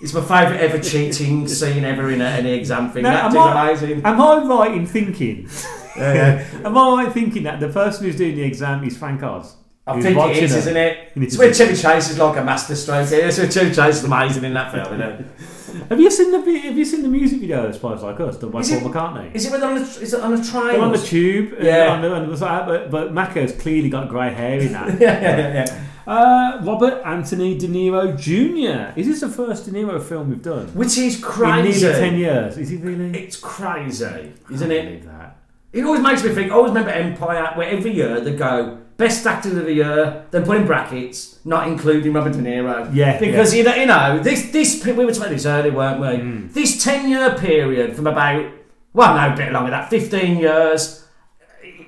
S11: It's my favourite
S10: *laughs*
S11: ever cheating scene ever in a- any exam thing.
S10: No,
S11: that
S10: am
S11: is
S10: I-
S11: amazing.
S10: Am I right in thinking? am I right in thinking that the person who's doing the exam is Frank Oz?
S11: I
S10: Who's
S11: think it
S10: watching
S11: is, isn't it?
S10: It
S11: It's
S10: is.
S11: where Chevy Chase is like a master stroke. It's where Chevy Chase is amazing in that film, isn't it?
S10: Have you seen the vi- Have you seen the music video of Spies Like Us done by
S11: Is
S10: Paul
S11: it-
S10: McCartney?
S11: Is it when they're on the, is it on the train?
S10: They're on the tube, and
S11: Yeah.
S10: on the- and it was like that, but but Mako's clearly got grey hair in
S11: *laughs*
S10: that.
S11: *laughs* yeah, yeah, yeah, yeah.
S10: uh, Robert Anthony De Niro Jr. Is this the first De Niro film we've done?
S11: Which is
S10: In nearly
S11: crazy.
S10: ten years, is he really?
S11: It's crazy,
S10: I
S11: isn't
S10: can't
S11: it?
S10: believe that.
S11: It always makes me think. I always remember Empire, where every year they go best actor of the year, then put in brackets, not including Robert De Niro.
S10: Yeah,
S11: Because you know, you know, this this pe- we were talking about this earlier, weren't we?
S10: Hmm.
S11: This ten year period from about well, no, a bit longer than that, fifteen years.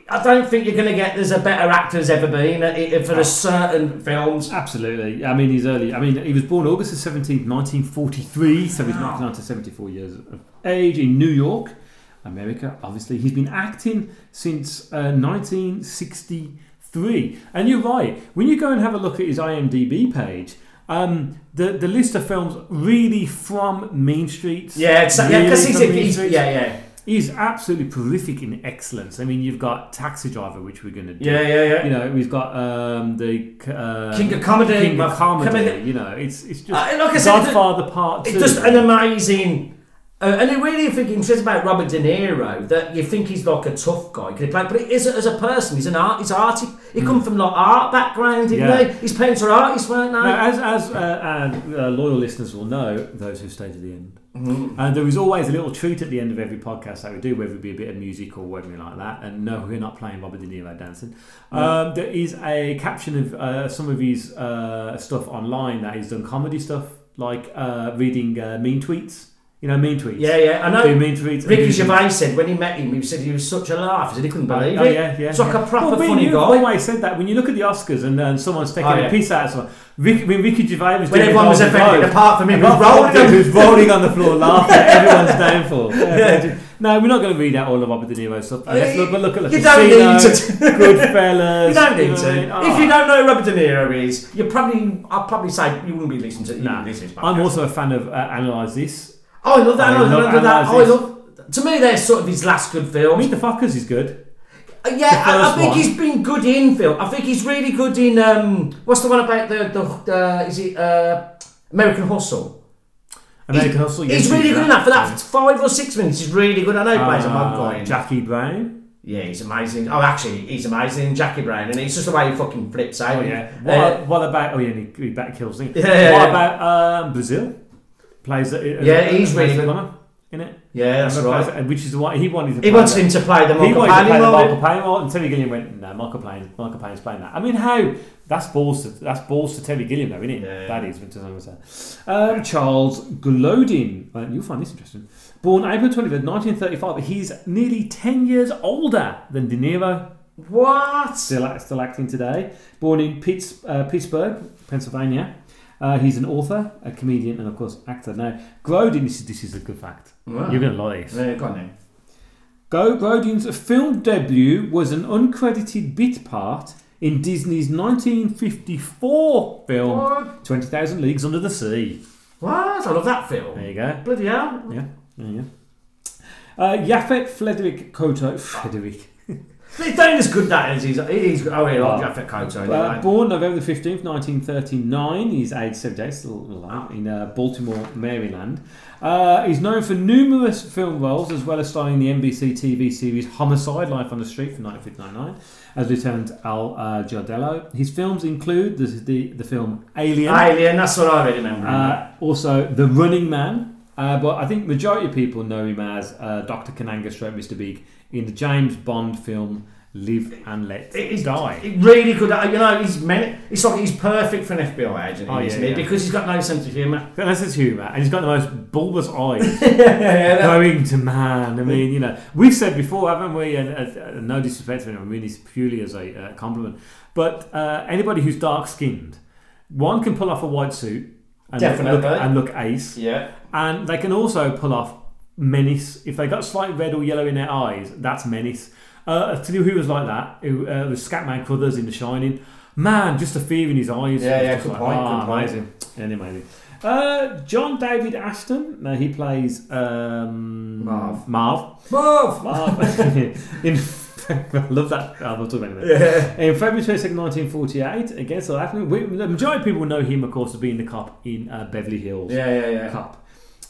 S11: I don't think you're going to get there's a better actor's ever been uh, i- for a certain films.
S10: Absolutely. I mean, he's early. I mean, he was born August the 17th, 1943, so he's 99 to 74 years of age in New York, America, obviously. He's been acting since uh, 1963. And you're right, when you go and have a look at his IMDb page, um, the, the list of films really from Mean Streets.
S11: Yeah, it's, yeah, because
S10: Really
S11: he's,
S10: from Mean
S11: he's
S10: Streets.
S11: yeah, yeah.
S10: He's absolutely prolific in excellence. I mean, you've got Taxi Driver, which we're going to do.
S11: Yeah, yeah, yeah.
S10: You know, we've got um, the um,
S11: King of Comedy.
S10: King of Comedy.
S11: Comedy.
S10: You know, it's it's just
S11: Uh, like I said,
S10: Godfather Part Two.
S11: It's just an amazing. Uh, and it really, if you can say about Robert De Niro, that you think he's like a tough guy, 'cause he played, but he isn't as a person. He's an art. He's arty. He come from like art background, didn't
S10: Hmm. Yeah.
S11: he? His parents were artists, weren't they?
S10: Now, as as uh, and, uh, loyal listeners will know, those who stay to the end,
S11: Mm-hmm.
S10: and there is always a little treat at the end of every podcast that we do, whether it be a bit of music or whether we like that. And no, we're not playing Robert De Niro dancing.
S11: Mm.
S10: Um, there is a caption of uh, some of his uh, stuff online that he's done comedy stuff, like uh, reading uh, mean tweets. You know, mean tweets.
S11: yeah, yeah, I know.
S10: Do mean tweets. and
S11: Ricky
S10: do-
S11: Gervais said when he met him, he said he was such a laugh. He said he couldn't believe
S10: Oh
S11: it.
S10: yeah, yeah.
S11: It's like a proper
S10: well, me and
S11: funny
S10: you
S11: guy.
S10: have always said that when you look at the Oscars and um, someone's taking
S11: Oh, yeah.
S10: a piece out of someone. Ricky, when Ricky Gervais was
S11: When
S10: doing
S11: everyone was
S10: Golden
S11: offended,
S10: Globe,
S11: apart from him,
S10: apart from
S11: who's rolling
S10: him,
S11: *laughs* on-
S10: who's rolling on the floor laughing. Everyone's
S11: *laughs*
S10: downfall. Yeah, No, we're not going to read out all of Robert De Niro stuff. Let's look, but look at like
S11: You don't
S10: Casino,
S11: need to-
S10: Goodfellas.
S11: You don't
S10: you
S11: need
S10: know what I mean?
S11: to.
S10: Ah.
S11: If you don't know who Robert De Niro is, you probably, I'd probably say you wouldn't be listening to. you wouldn't
S10: Nah.
S11: be listening to this
S10: I'm
S11: podcast.
S10: also a fan of uh, Analyze This.
S11: Oh, I love that.
S10: I
S11: I love,
S10: love
S11: that. Oh,
S10: Analysis.
S11: I love. To me, they're sort of his last good films.
S10: Meet the Fuckers is good.
S11: Uh, yeah,
S10: the
S11: I, I
S10: first
S11: think
S10: one.
S11: he's been good in film. I think he's really good in um, what's the one about the the uh, is it uh, American Hustle?
S10: American Hustle.
S11: He's
S10: yes,
S11: really good in that for that
S10: Yeah.
S11: five or six minutes. He's really good. I know he plays a mob guy.
S10: Uh,
S11: in-
S10: Jackie Brown.
S11: yeah, he's amazing. Oh, actually, he's amazing in Jackie Brown, and it's just the way he fucking flips out.
S10: Oh, yeah. What,
S11: Uh,
S10: what about? Oh yeah, he, he back kills me.
S11: *laughs* Yeah, yeah,
S10: what
S11: yeah.
S10: about um, Brazil? Plays. A, a-
S11: Yeah,
S10: a-
S11: he's
S10: plays
S11: really
S10: a
S11: good.
S10: gunner in it.
S11: yeah, that's
S10: Remember,
S11: right.
S10: plays- which is why he wanted to.
S11: He
S10: play
S11: wanted
S10: that.
S11: him to play the
S10: He
S11: Michael
S10: wanted to play
S11: Palin
S10: the
S11: role.
S10: Michael Palin role, and Terry Gilliam went, "No, Michael Palin, Michael Palin's playing that." I mean, how? That's balls. To, that's balls to Terry Gilliam, though, isn't it?
S11: Yeah.
S10: That is. Which is what I'm saying. Um, Charles Glodin. Uh, you'll find this interesting. Born April 25th, 1935. He's nearly 10 years older than De Niro
S11: What?
S10: still act- still acting today. Born in Pitts, uh, Pittsburgh, Pennsylvania. Uh, he's an author, a comedian, and of course actor. Now, Grodin, this is, this is a good fact.
S11: Wow.
S10: You're going to like this.
S11: Yeah, go on then.
S10: Go Grodin's film debut was an uncredited bit part in Disney's 1954 film
S11: What?
S10: 20,000 Leagues Under the Sea.
S11: What? I love that film.
S10: There you go.
S11: Bloody hell.
S10: Yeah, there you go. Uh, Yaphet Frederick Koto. Frederick.
S11: He's doing as good that as he's. he's oh, yeah,
S10: Oh.
S11: like Jaffa Koto.
S10: Uh,
S11: don't they?
S10: born November the 15th, 1939. He's aged 78, still alive, in uh, Baltimore, Maryland. Uh, he's known for numerous film roles, as well as starring in the NBC TV series Homicide, Life on the Street from 1959, as Lieutenant Al uh, Giardello. His films include the, the, the film Alien,
S11: Alien, that's what I really remember.
S10: uh, also The Running Man. Uh, but I think majority of people know him as uh, Dr. Kananga Stroke Mr. Big in the James Bond film Live and Let
S11: It- it's-
S10: Die.
S11: it really good. at- You know, he's many, It's like he's perfect for an FBI agent,
S10: Oh, yeah,
S11: isn't he?
S10: yeah.
S11: Because he's got no sense of humour.
S10: But That's his humour, and he's got the most bulbous
S11: *laughs*
S10: eyes going to man. I mean, you know, we've said before, haven't we? And uh, uh, no disrespect to him, I mean, it's purely as a uh, compliment. But uh, anybody who's dark skinned, one can pull off a white suit and look-
S11: Definitely.
S10: look, and look ace,
S11: Yeah.
S10: and they can also pull off menace. If they got slight red or yellow in their eyes, that's menace. Uh, to do who was like that, who uh, was Scatman Crothers in The Shining. Man, just a fear in his eyes.
S11: Yeah,
S10: It was
S11: yeah,
S10: just
S11: good point,
S10: ah,
S11: good point.
S10: Amazing. Anyway, amazing. Uh, John David Ashton. Now he plays um,
S11: Marv.
S10: Marv. *laughs*
S11: Move. *laughs*
S10: Marv. in I love that. i will talk about it. in a minute. In February twenty second, nineteen forty eight, against South Africa. We, the majority of people know him, of course, as being the cop in uh, Beverly Hills.
S11: Yeah, yeah, yeah.
S10: Cup.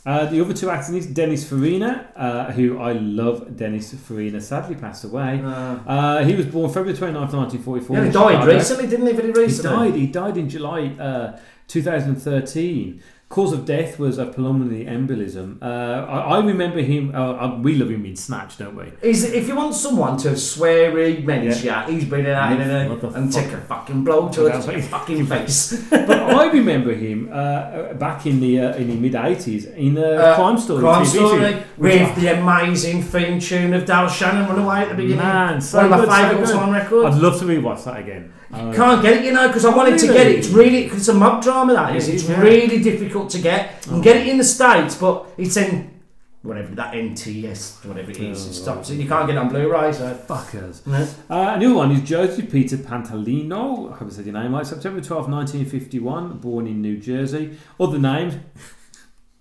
S10: Uh, the other two actors in this, Dennis Farina, uh, who I love. Dennis Farina sadly passed away. Uh, he was born February 29th, 1944.
S11: Yeah, he
S10: in
S11: died
S10: Chicago.
S11: recently, didn't he? Very
S10: He
S11: recently.
S10: died. He died in July uh, 2013. Cause of death was a pulmonary embolism. Uh, I, I remember him. Uh, uh, we love him in Snatch, don't we?
S11: He's, if you want someone to swear he meant yeah. he's been in that in and,
S10: Motherfucker.
S11: and take a fucking blow to
S10: That's
S11: a
S10: right.
S11: fucking face. *laughs*
S10: But I remember him uh, back in the uh, in the mid eighties in uh,
S11: Uh,
S10: Crime Story.
S11: Crime
S10: TV
S11: Story
S10: series, which
S11: with the amazing theme tune of Dal Shannon Runaway at the beginning.
S10: Man, so
S11: One of my
S10: good, so
S11: favourite
S10: good.
S11: all time records.
S10: I'd love to rewatch that again. Uh,
S11: Can't get it, you know, because I wanted to
S10: Really?
S11: get it. It's really, it's a mob drama that is.
S10: It is,
S11: It's
S10: yeah. Oh.
S11: really difficult to get. You can get it in the States, but it's in whatever that NTS, whatever it is, it stops it. You can't get it on Blu ray, so.
S10: Oh. fuckers.
S11: No.
S10: Uh, another one is Josie Peter Pantalino. I hope I said your name right. September 12, 1951, born in New Jersey. Other name, *laughs*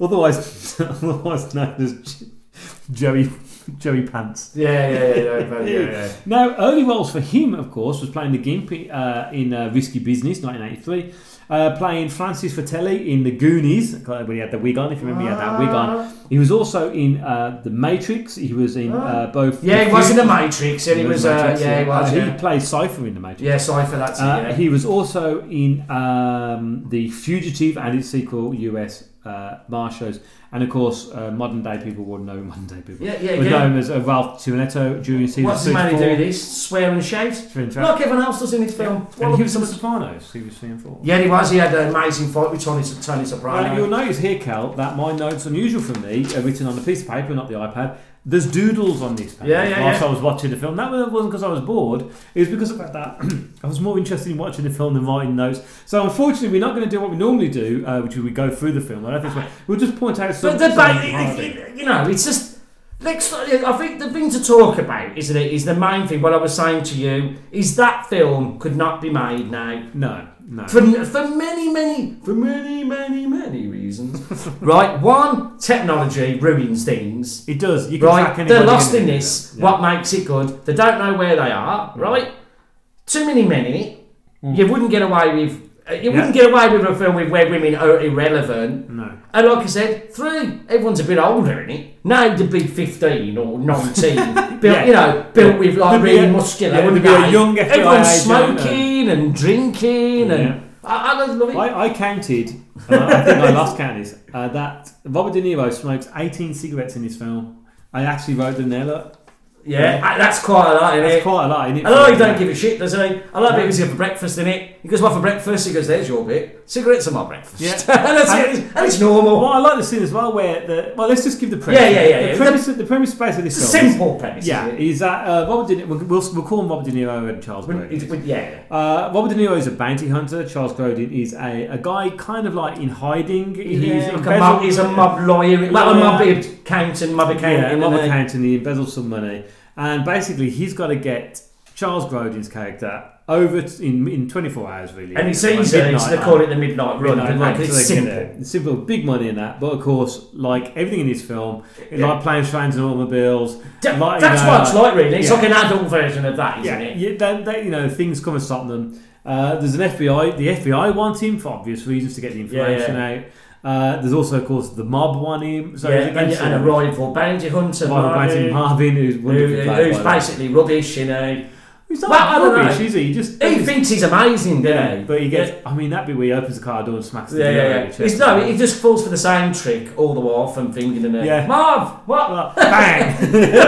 S10: otherwise, *laughs* otherwise known as *laughs* J- Joey, Joey Pants.
S11: Yeah, yeah, yeah, yeah, yeah, yeah,
S10: *laughs*
S11: yeah.
S10: Now, early roles for him, of course, was playing the Gimp uh, in uh, Risky Business, 1983. Uh, playing Francis Fratelli in The Goonies, when he had the wig on, if you remember, he had that wig
S11: Ah.
S10: on. He was also in uh, The Matrix. He was in uh, both.
S11: Ah. Yeah, he was in the
S10: Matrix.
S11: Matrix, and he was,
S10: in
S11: uh,
S10: Matrix,
S11: yeah, he was,
S10: Uh,
S11: yeah.
S10: He played Cypher in the Matrix.
S11: Yeah, sorry for that.
S10: Uh,
S11: yeah.
S10: He was also in um, the Fugitive and its sequel, U.S. Uh, Marshals, and of course, uh, modern day people would know *laughs* modern day people.
S11: Yeah, yeah,
S10: would
S11: yeah.
S10: know him as uh, Ralph Cianetto during season
S11: What's the
S10: six,
S11: man who
S10: four.
S11: do this? Swear and shout.
S10: in fact-
S11: Like everyone else does in this film.
S10: And
S11: Well,
S10: he was in The Sopranos. He was three and four.
S11: yeah, he was. He had an amazing fight with Tony, Tony Soprano.
S10: Well, you'll notice here, Cal, that my notes, unusual for me, are written on a piece of paper, not the iPad. There's doodles on these papers
S11: Yeah, yeah,
S10: whilst
S11: yeah.
S10: I was watching the film. That wasn't because I was bored. It was because of that *clears throat* I was more interested in watching the film than writing notes. So unfortunately, we're not going to do what we normally do, uh, which is we go through the film. I don't think it's right. we'll just point out some.
S11: but the,
S10: some
S11: but
S10: highlights.
S11: *laughs* you know, it's just. Next, I think the thing to talk about, isn't it, is the main thing. What I was saying to you is that film could not be made now
S10: no, no.
S11: for for many, many, for many, many, many
S10: *laughs*
S11: reasons. right, one, technology ruins things.
S10: It does. You can track
S11: right?
S10: anybody
S11: They're lost in
S10: the
S11: this.
S10: video.
S11: What makes it good? They don't know where they are, right? Too many men in it.
S10: Mm.
S11: You wouldn't get away with. uh, You wouldn't get away with a film with where women are irrelevant.
S10: No.
S11: And like I said, three. Everyone's a bit older in it. No, to be fifteen or nineteen,
S10: *laughs*
S11: built, you know, built with like
S10: Could be
S11: really
S10: a-
S11: muscular.
S10: yeah, could
S11: wouldn't
S10: be a
S11: they?
S10: young FBI
S11: Everyone's
S10: agent uh, and-
S11: smoking and drinking
S10: Yeah.
S11: and. I, I love it.
S10: I, I counted, and I, I think I lost count is, uh, that Robert De Niro smokes 18 cigarettes in this film. I actually wrote them there, look.
S11: yeah, I- that's quite a lot, isn't
S10: That's
S11: it?
S10: quite a lot, innit?
S11: I know he don't give a shit, does he? I love it because he's for breakfast, innit? He goes, what for breakfast? He goes, there's your bit. Cigarettes are my breakfast.
S10: *laughs* Yeah.
S11: That's it. *laughs* And it's normal.
S10: Well, I like the scene as well where the well, let's just give the premise.
S11: Yeah, yeah, yeah, yeah.
S10: The premise, the premise basically this
S11: It's a
S10: film is-
S11: simple premise,
S10: Yeah,
S11: isn't it?
S10: is that uh, Robert De Niro? We'll, we'll, we'll call him Robert De Niro and Charles
S11: When-
S10: Grodin.
S11: it- when- yeah.
S10: Uh, Robert De Niro is a bounty hunter. Charles Grodin is a, a guy kind of like in hiding. He's
S11: He's, like a
S10: embezzled-
S11: mob, he's a mob lawyer. Well, a
S10: Yeah.
S11: mob accountant, mob accountant.
S10: Yeah,
S11: and
S10: mob
S11: then-
S10: accountant. He embezzles some money, and basically he's got to get Charles Grodin's character over t- in in 24 hours really.
S11: And it's
S10: By
S11: easy.
S10: midnight,
S11: so they
S10: like-
S11: call it the midnight run.
S10: Midnight
S11: don't they?
S10: Run,
S11: 'Cause
S10: so
S11: it's
S10: they can do
S11: simple.
S10: it. It's simple, big money in that. But of course, like everything in this film, it's like planes, trains, and automobiles.
S11: Da-
S10: like, you
S11: That's
S10: know,
S11: what it's like, really. It's
S10: yeah.
S11: like an adult version of that, isn't
S10: Yeah,
S11: it?
S10: yeah they, they, you know, things come and stop them. Uh, there's an FBI. The FBI want him for obvious reasons to get the
S11: Yeah, yeah.
S10: information out. Uh, there's also, of course, the mob want him. So
S11: yeah,
S10: he's
S11: and,
S10: against
S11: and a
S10: him.
S11: rival bounty hunter,
S10: Marvin Martin
S11: Marvin,
S10: Marvin, who's
S11: who,
S10: wonderful.
S11: who's basically rubbish, you know.
S10: he's not
S11: Well, I don't
S10: rubbish,
S11: know.
S10: is he? He just
S11: He thinks he's amazing, doesn't he?
S10: but he gets. I mean, that'd be where he opens the car door and smacks the
S11: Yeah,
S10: door
S11: yeah,
S10: out
S11: yeah.
S10: of the
S11: It's,
S10: chest.
S11: no, he just falls for the same trick all the while from thinking in
S10: Yeah.
S11: yeah. Marv, what? *laughs*
S10: Well, bang.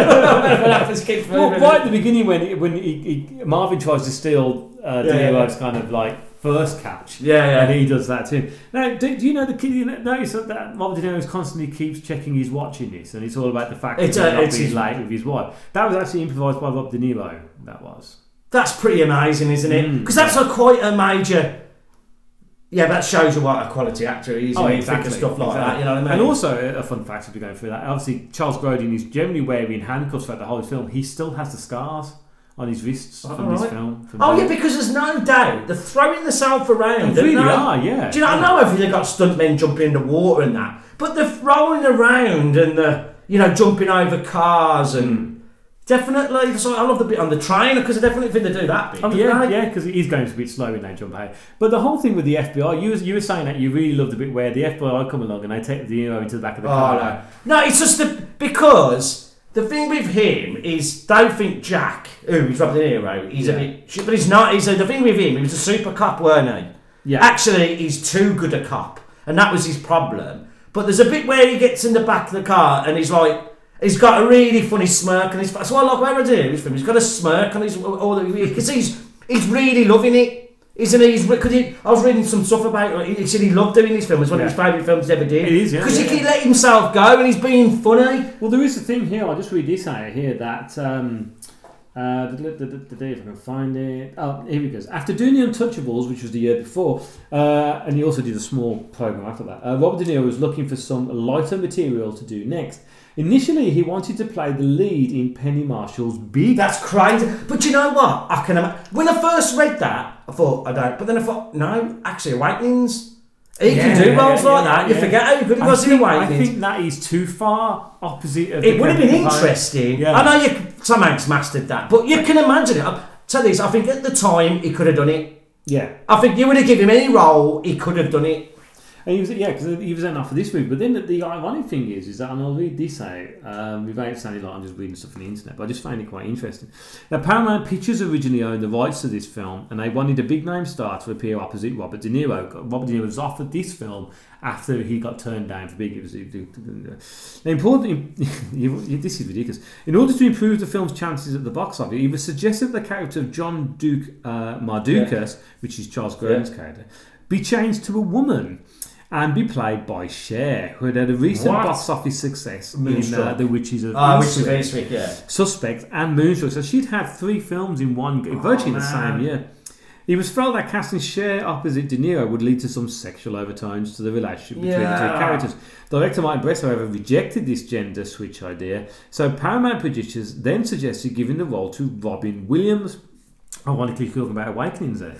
S11: What happens, *laughs* kid?
S10: Well, right at the beginning, when he, when he, he, Marvin tries to steal uh, De
S11: Yeah, yeah,
S10: Niro's kind of like first catch,
S11: Yeah, yeah.
S10: and he does that too. Now, do, do you know the kid? You know- notice that that Robert De Niro constantly keeps checking he's watching this, and it's all about the fact
S11: It's,
S10: that he's
S11: uh,
S10: not
S11: it's
S10: being
S11: his-
S10: late with his wife. That was actually improvised by Rob De Niro. That was.
S11: That's pretty amazing, isn't it? Because that's a quite a major. Yeah, that shows you what a quality actor he is. Oh, exactly. Stuff like that, you know what I mean?
S10: And also, a fun fact if you're going through that, obviously, Charles Grodin is generally wearing handcuffs throughout the whole film. He still has the scars on his wrists from this
S11: Alright.
S10: film. from
S11: Oh
S10: the-
S11: yeah, because there's no doubt they're throwing themselves around.
S10: They really
S11: aren't
S10: are, yeah.
S11: Do you know? I know everything got stuntmen jumping in the water and that, but they're throwing around and the you know jumping over cars
S10: Hmm.
S11: and definitely. So I love the bit on the train because I definitely think they do that bit.
S10: Oh,
S11: don't
S10: yeah,
S11: they?
S10: yeah, because it is going to be slow in that jump out. But the whole thing with the FBI, you, was- you were saying that you really loved the bit where the FBI come along and they take the hero into the back of the
S11: Oh
S10: car.
S11: no, no, it's just the because the thing with him is don't think Jack, who is Robert De Niro, he's a bit, shit, but he's not. He's a, the thing with him. He was a super cop, weren't he?
S10: Yeah.
S11: Actually, he's too good a cop. and that was his problem. But there's a bit where he gets in the back of the car and he's like, he's got a really funny smirk on his face. So I like where I do with him. He's got a smirk on his all the because he's he's really loving it, isn't he? He's because he, I was reading some stuff about it. He said he loved doing this film. It's one of his favourite films he's ever did.
S10: It is, yeah,
S11: Because
S10: yeah,
S11: he
S10: yeah.
S11: can let himself go and he's being funny.
S10: Well, there is a thing here. I just read this out here that. Um, uh, the, the, the, the day if I can find it. Oh, here it goes. After doing The Untouchables, which was the year before, uh, and he also did a small program after that, uh, Robert De Niro was looking for some lighter material to do next. Initially, he wanted to play the lead in Penny Marshall's Big.
S11: That's crazy. But you know what? I can. Im- when I first read that, I thought I don't. But then I thought, no, actually, Awakenings. He can
S10: Yeah,
S11: do roles
S10: yeah,
S11: like
S10: yeah,
S11: that. You
S10: yeah.
S11: forget how good he
S10: I
S11: was in
S10: think, I
S11: Awakenings.
S10: think that is too far opposite of.
S11: it
S10: the
S11: would have been
S10: Kevin Kline.
S11: interesting.
S10: Yeah.
S11: I know you, Tom Hanks mastered that, but you can imagine it. I tell you this, I think at the time he could have done it.
S10: Yeah.
S11: I think you would have given him any role, he could have done it.
S10: And he was yeah, because he was enough for this movie. But then the, the ironic thing is, is that and I'll read this out um, without sounding like I'm just reading stuff on the internet, but I just find it quite interesting. Now, Paramount Pictures originally owned the rights to this film, and they wanted a big name star to appear opposite Robert De Niro. Robert De Niro was offered this film after he got turned down for big. It was, now, important. *laughs* you- you- this is ridiculous. In order to improve the film's chances at the box office, it was suggested the character of John Duke uh, Mardukas, which is Charles Grodin's character, be changed to a woman and be played by Cher, who had had a recent
S11: What?
S10: box office success in uh,
S11: Moonstruck.
S10: The Witches of
S11: Ah,
S10: Eastwick,
S11: yeah.
S10: Suspect, and Moonstruck. So she'd had three films in one, go- virtually
S11: Oh,
S10: the same year. It was felt that casting Cher opposite De Niro would lead to some sexual overtones to the relationship between the two
S11: Yeah.
S10: characters. Director Mike Bress, however, rejected this gender switch idea, so Paramount producers then suggested giving the role to Robin Williams. Ironically, talking about Awakenings there.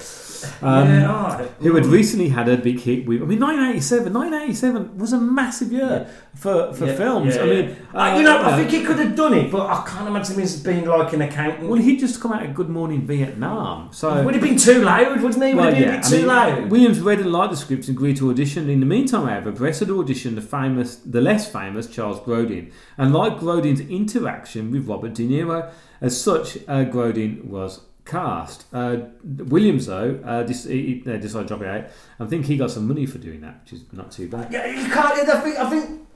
S10: Um,
S11: yeah,
S10: who had recently had a big hit with. I mean, 1987. 1987 was a massive year for, for films. I mean, uh,
S11: you know, I think he could have done it, but I can't imagine him as being like an accountant.
S10: Well, he'd just come out of Good Morning Vietnam, so.
S11: would have been too loud, wouldn't he? Would
S10: Well,
S11: have been
S10: yeah,
S11: a bit
S10: I
S11: too
S10: mean,
S11: loud.
S10: Williams read and liked the script and agreed to audition. In the meantime, however, Bress had auditioned the famous, the less famous Charles Grodin, and liked Grodin's interaction with Robert De Niro. As such, uh, Grodin was cast. Uh, Williams, though, uh, dis- he, he, uh, decided to drop it out. I think he got some money for doing that, which is not too bad.
S11: Yeah, you can't. I think. I think.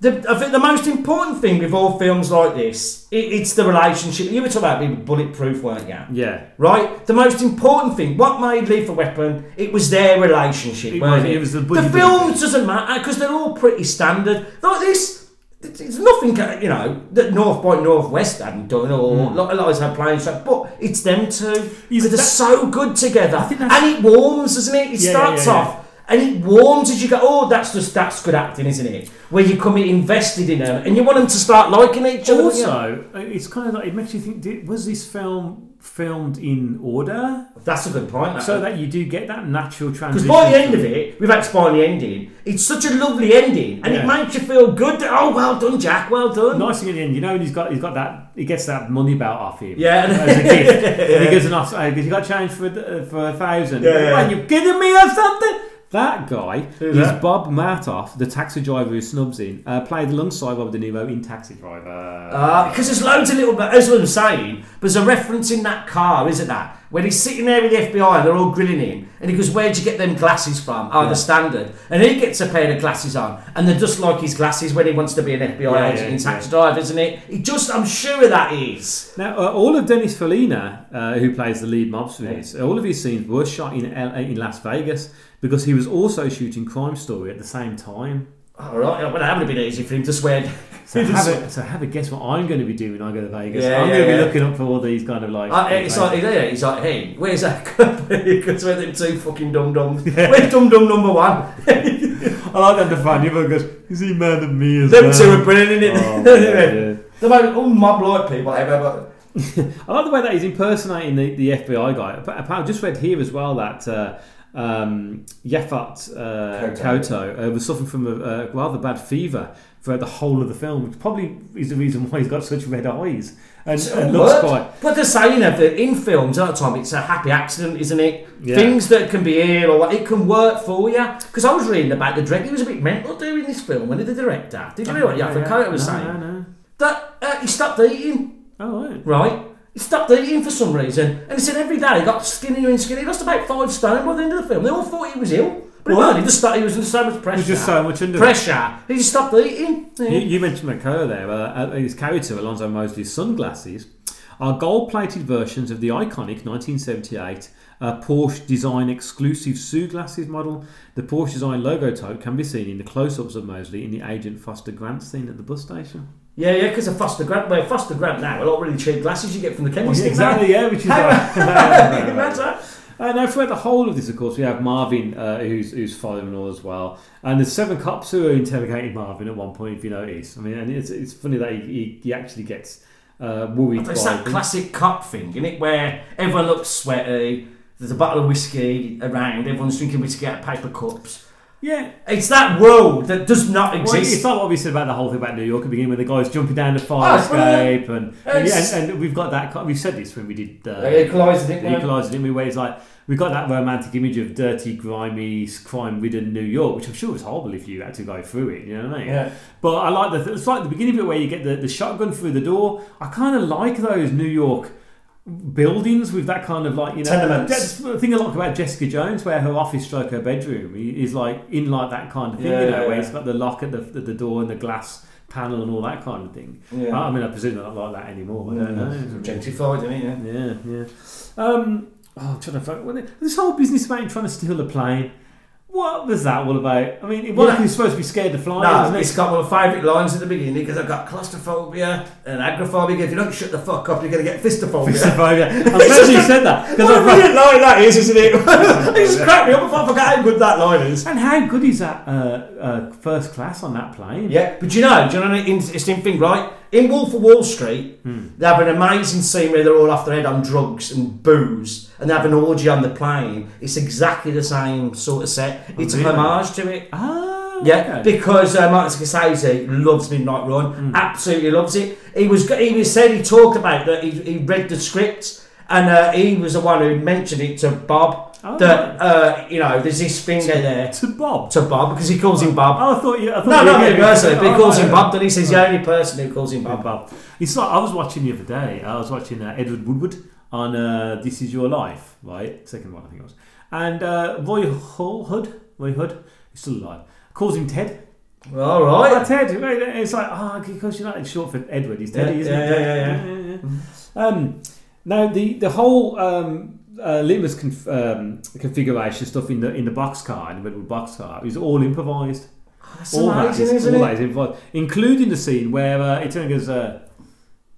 S11: The, I think the most important thing with all films like this, it, it's the relationship. You were talking about being bulletproof, weren't you?
S10: Yeah.
S11: Right. The most important thing. What made Lethal Weapon? It was their relationship.
S10: It
S11: weren't
S10: was-
S11: it?
S10: it was the buddy
S11: the
S10: buddy
S11: films doesn't matter because they're all pretty standard. Like this, it's it's nothing. ca- You know that North by Northwest hadn't done or mm. like Eliza had playing stuff, but it's them two.
S10: Hmm. Is
S11: Because they're
S10: that-
S11: so good together,
S10: think that's-
S11: and it warms, doesn't it? It
S10: Yeah, yeah,
S11: starts
S10: yeah, yeah.
S11: off. And it warms as you go. Oh, that's just that's good acting, isn't it? Where you come invested in them, and you want them to start liking each other. don't you?
S10: Also, uh, it's kind of like it makes you think: did, was this film filmed in order
S11: that's a good point. that.
S10: so that you do get that natural
S11: Because
S10: transition?
S11: by the end of it, without spoiling the ending, it's such a lovely ending, and
S10: Yeah.
S11: it makes you feel good. That, oh, well done, Jack. Well done.
S10: nice thing at the end, you know, when he's got he's got that he gets that money belt off him.
S11: Yeah.
S10: as a
S11: *laughs*
S10: gift. And he gives an off because he got changed for a- for a thousand.
S11: Yeah, yeah.
S10: Are you kidding me or something? That guy is
S11: that?
S10: Bob Martoff, the taxi driver who snubs in, uh, played alongside Robert De Niro in Taxi Driver.
S11: Because Uh, there's loads of little, but as I'm saying, there's a reference in that car, isn't that? When he's sitting there with the FBI and they're all grilling him, and he goes, Where'd you get them glasses from? Oh, the standard. And he gets a pair of glasses on, and they're just like his glasses when he wants to be an FBI
S10: Yeah,
S11: agent
S10: yeah,
S11: in Tax
S10: yeah.
S11: Drive, isn't it? He just, I'm sure that is.
S10: Now, uh, all of Dennis Felina, uh, who plays the lead mobster in this, all of his scenes were shot in L- in Las Vegas because he was also shooting Crime Story at the same time.
S11: All right, well, that would have been easy for him to swear.
S10: So have, a, so have a guess what I'm going to be doing when I go to Vegas.
S11: Yeah,
S10: I'm
S11: yeah,
S10: going to be
S11: yeah.
S10: looking up for all these kind of like.
S11: Uh, it's like, yeah, it's like, hey, where's that *laughs* company? Because we're them two fucking dum dums. Where's dum dum
S10: *laughs*
S11: number one? them
S10: I like that the fan. Everyone goes, "Is he mad at me?" As well?"
S11: two are brilliant, innit?
S10: Oh,
S11: *laughs*
S10: yeah, yeah.
S11: The most all mob like people I've ever.
S10: I like the way that he's impersonating the, the FBI guy. Appa- appa- I just read here as well that uh, um, Yefat uh,
S11: Koto.
S10: Koto uh, was suffering from a, a rather bad fever throughout the whole of the film, which probably is the reason why he's got such red eyes and, and looks
S11: Worked.
S10: quite.
S11: But they're saying that in films at the time it's a happy accident, isn't it?
S10: Yeah.
S11: Things that can be ill or what it can work for you. Because I was reading about the director, he was a bit mental doing this film. When did the director? Did you hear what Yaffa Kota was
S10: no,
S11: saying?
S10: No, no.
S11: That uh, he stopped eating,
S10: Oh, right.
S11: right? He stopped eating for some reason, and he said every day he got skinnier and skinnier. He lost about five stone by the end of the film. They all thought he was ill, but he
S10: What?
S11: weren't. He just started, he was under so much pressure.
S10: was just so much under it.
S11: pressure. He just stopped eating. Yeah.
S10: You, you mentioned McCullough there. Uh, he's carried to Alonso Mosley's sunglasses are gold-plated versions of the iconic 1978 uh, Porsche Design exclusive Sue glasses model. The Porsche Design logo type can be seen in the close-ups of Mosley in the Agent Foster Grant scene at the bus station.
S11: Yeah, yeah, because a Foster Grant, well, Foster Grant now, a lot of really cheap glasses you get from the chemist.
S10: Well, exactly, yeah, which is like-
S11: *laughs* like.
S10: Uh, now, throughout the whole of this, of course, we have Marvin, uh, who's who's following all as well, and there's seven cops who are interrogating Marvin at one point. If you notice, I mean, and it's, it's funny that he, he, he actually gets uh, worried.
S11: It's
S10: by
S11: that
S10: them.
S11: classic cop thing, isn't it, where everyone looks sweaty, there's a bottle of whiskey around, everyone's drinking whiskey out of paper cups.
S10: Yeah,
S11: It's that world that does not
S10: Well, it's
S11: exist.
S10: like what we said about the whole thing about New York at the beginning, where the guy's jumping down the fire
S11: Oh, it's
S10: escape, and and,
S11: It's-
S10: and and we've got that. co- We've said this when we did uh,
S11: The Equalizer, didn't we?
S10: the Equalizer, didn't we? Where it's like we got that romantic image of dirty, grimy, crime-ridden New York, which I'm sure was horrible if you had to go through it. You know what I mean?
S11: Yeah.
S10: But I like the. It's like the beginning bit where you get the, the shotgun through the door. I kind of like those New York. Buildings with that kind of like you know
S11: Tenements.
S10: that's the thing I like about Jessica Jones, where her office stroke her bedroom is like in like that kind of thing,
S11: Yeah,
S10: you know,
S11: yeah,
S10: where
S11: yeah.
S10: it's got the lock at the, the, the door and the glass panel and all that kind of thing.
S11: Yeah.
S10: I, I mean, I presume they're not like that anymore. I
S11: No,
S10: don't
S11: no,
S10: know.
S11: it's objectified, isn't it? Yeah.
S10: Yeah, yeah. Um, oh, I'm trying to find, well, this whole business about him trying to steal a plane. What was that all about? I mean, it wasn't
S11: Yeah.
S10: he's supposed to be scared of flying,
S11: No,
S10: wasn't
S11: it's
S10: it?
S11: got one of my favourite lines at the beginning because I've got claustrophobia and agoraphobia. If you don't shut the fuck up, you're going to get fistophobia.
S10: Phobia.
S11: *laughs*
S10: I'm glad you said that because
S11: What a
S10: I've read.
S11: brilliant line that is, isn't *laughs* it? it just cracked me up before I forgot how good that line is.
S10: And how good is that uh, uh, first class on that plane?
S11: Yeah, but you know, do you know an interesting thing, right? In Wolf of Wall Street, they have an amazing scene where they're all off their head on drugs and booze, and they have an orgy on the plane. It's exactly the same sort of set. It's
S10: really?
S11: a homage to it.
S10: Ah,
S11: Yeah,
S10: okay. Mm.
S11: because uh, Martin Scorsese loves Midnight Run, absolutely loves it. He was he was said he talked about that he, he read the script and uh, he was the one who mentioned it to Bob
S10: Oh,
S11: that uh, you know there's this finger there
S10: to Bob.
S11: to Bob because he calls him Bob.
S10: Oh, I thought you. I thought
S11: No,
S10: you
S11: not
S10: were
S11: him
S10: getting-
S11: personally, but he
S10: Oh,
S11: calls him
S10: right.
S11: Bob. Then he says the only person who calls him Bob.
S10: Bob. It's like I was watching the other day. I was watching uh, Edward Woodward on uh, This Is Your Life, right? Second one, I think it was. And uh, Roy Hull, Hood, Roy Hood, he's still alive. Calls him Ted.
S11: All
S10: Oh,
S11: right.
S10: Ted. right, It's like ah, because you're not it's short for Edward. He's Teddy,
S11: Yeah,
S10: isn't
S11: yeah,
S10: he?
S11: yeah, yeah,
S10: yeah. Um, now the the whole um, uh, Lima's conf- um, configuration stuff in the in the boxcar in the middle of the boxcar is all improvised
S11: That's
S10: all that
S11: amazing, *laughs*
S10: is,
S11: isn't
S10: all
S11: it?
S10: that is involved, including the scene where uh, it turns goes, uh,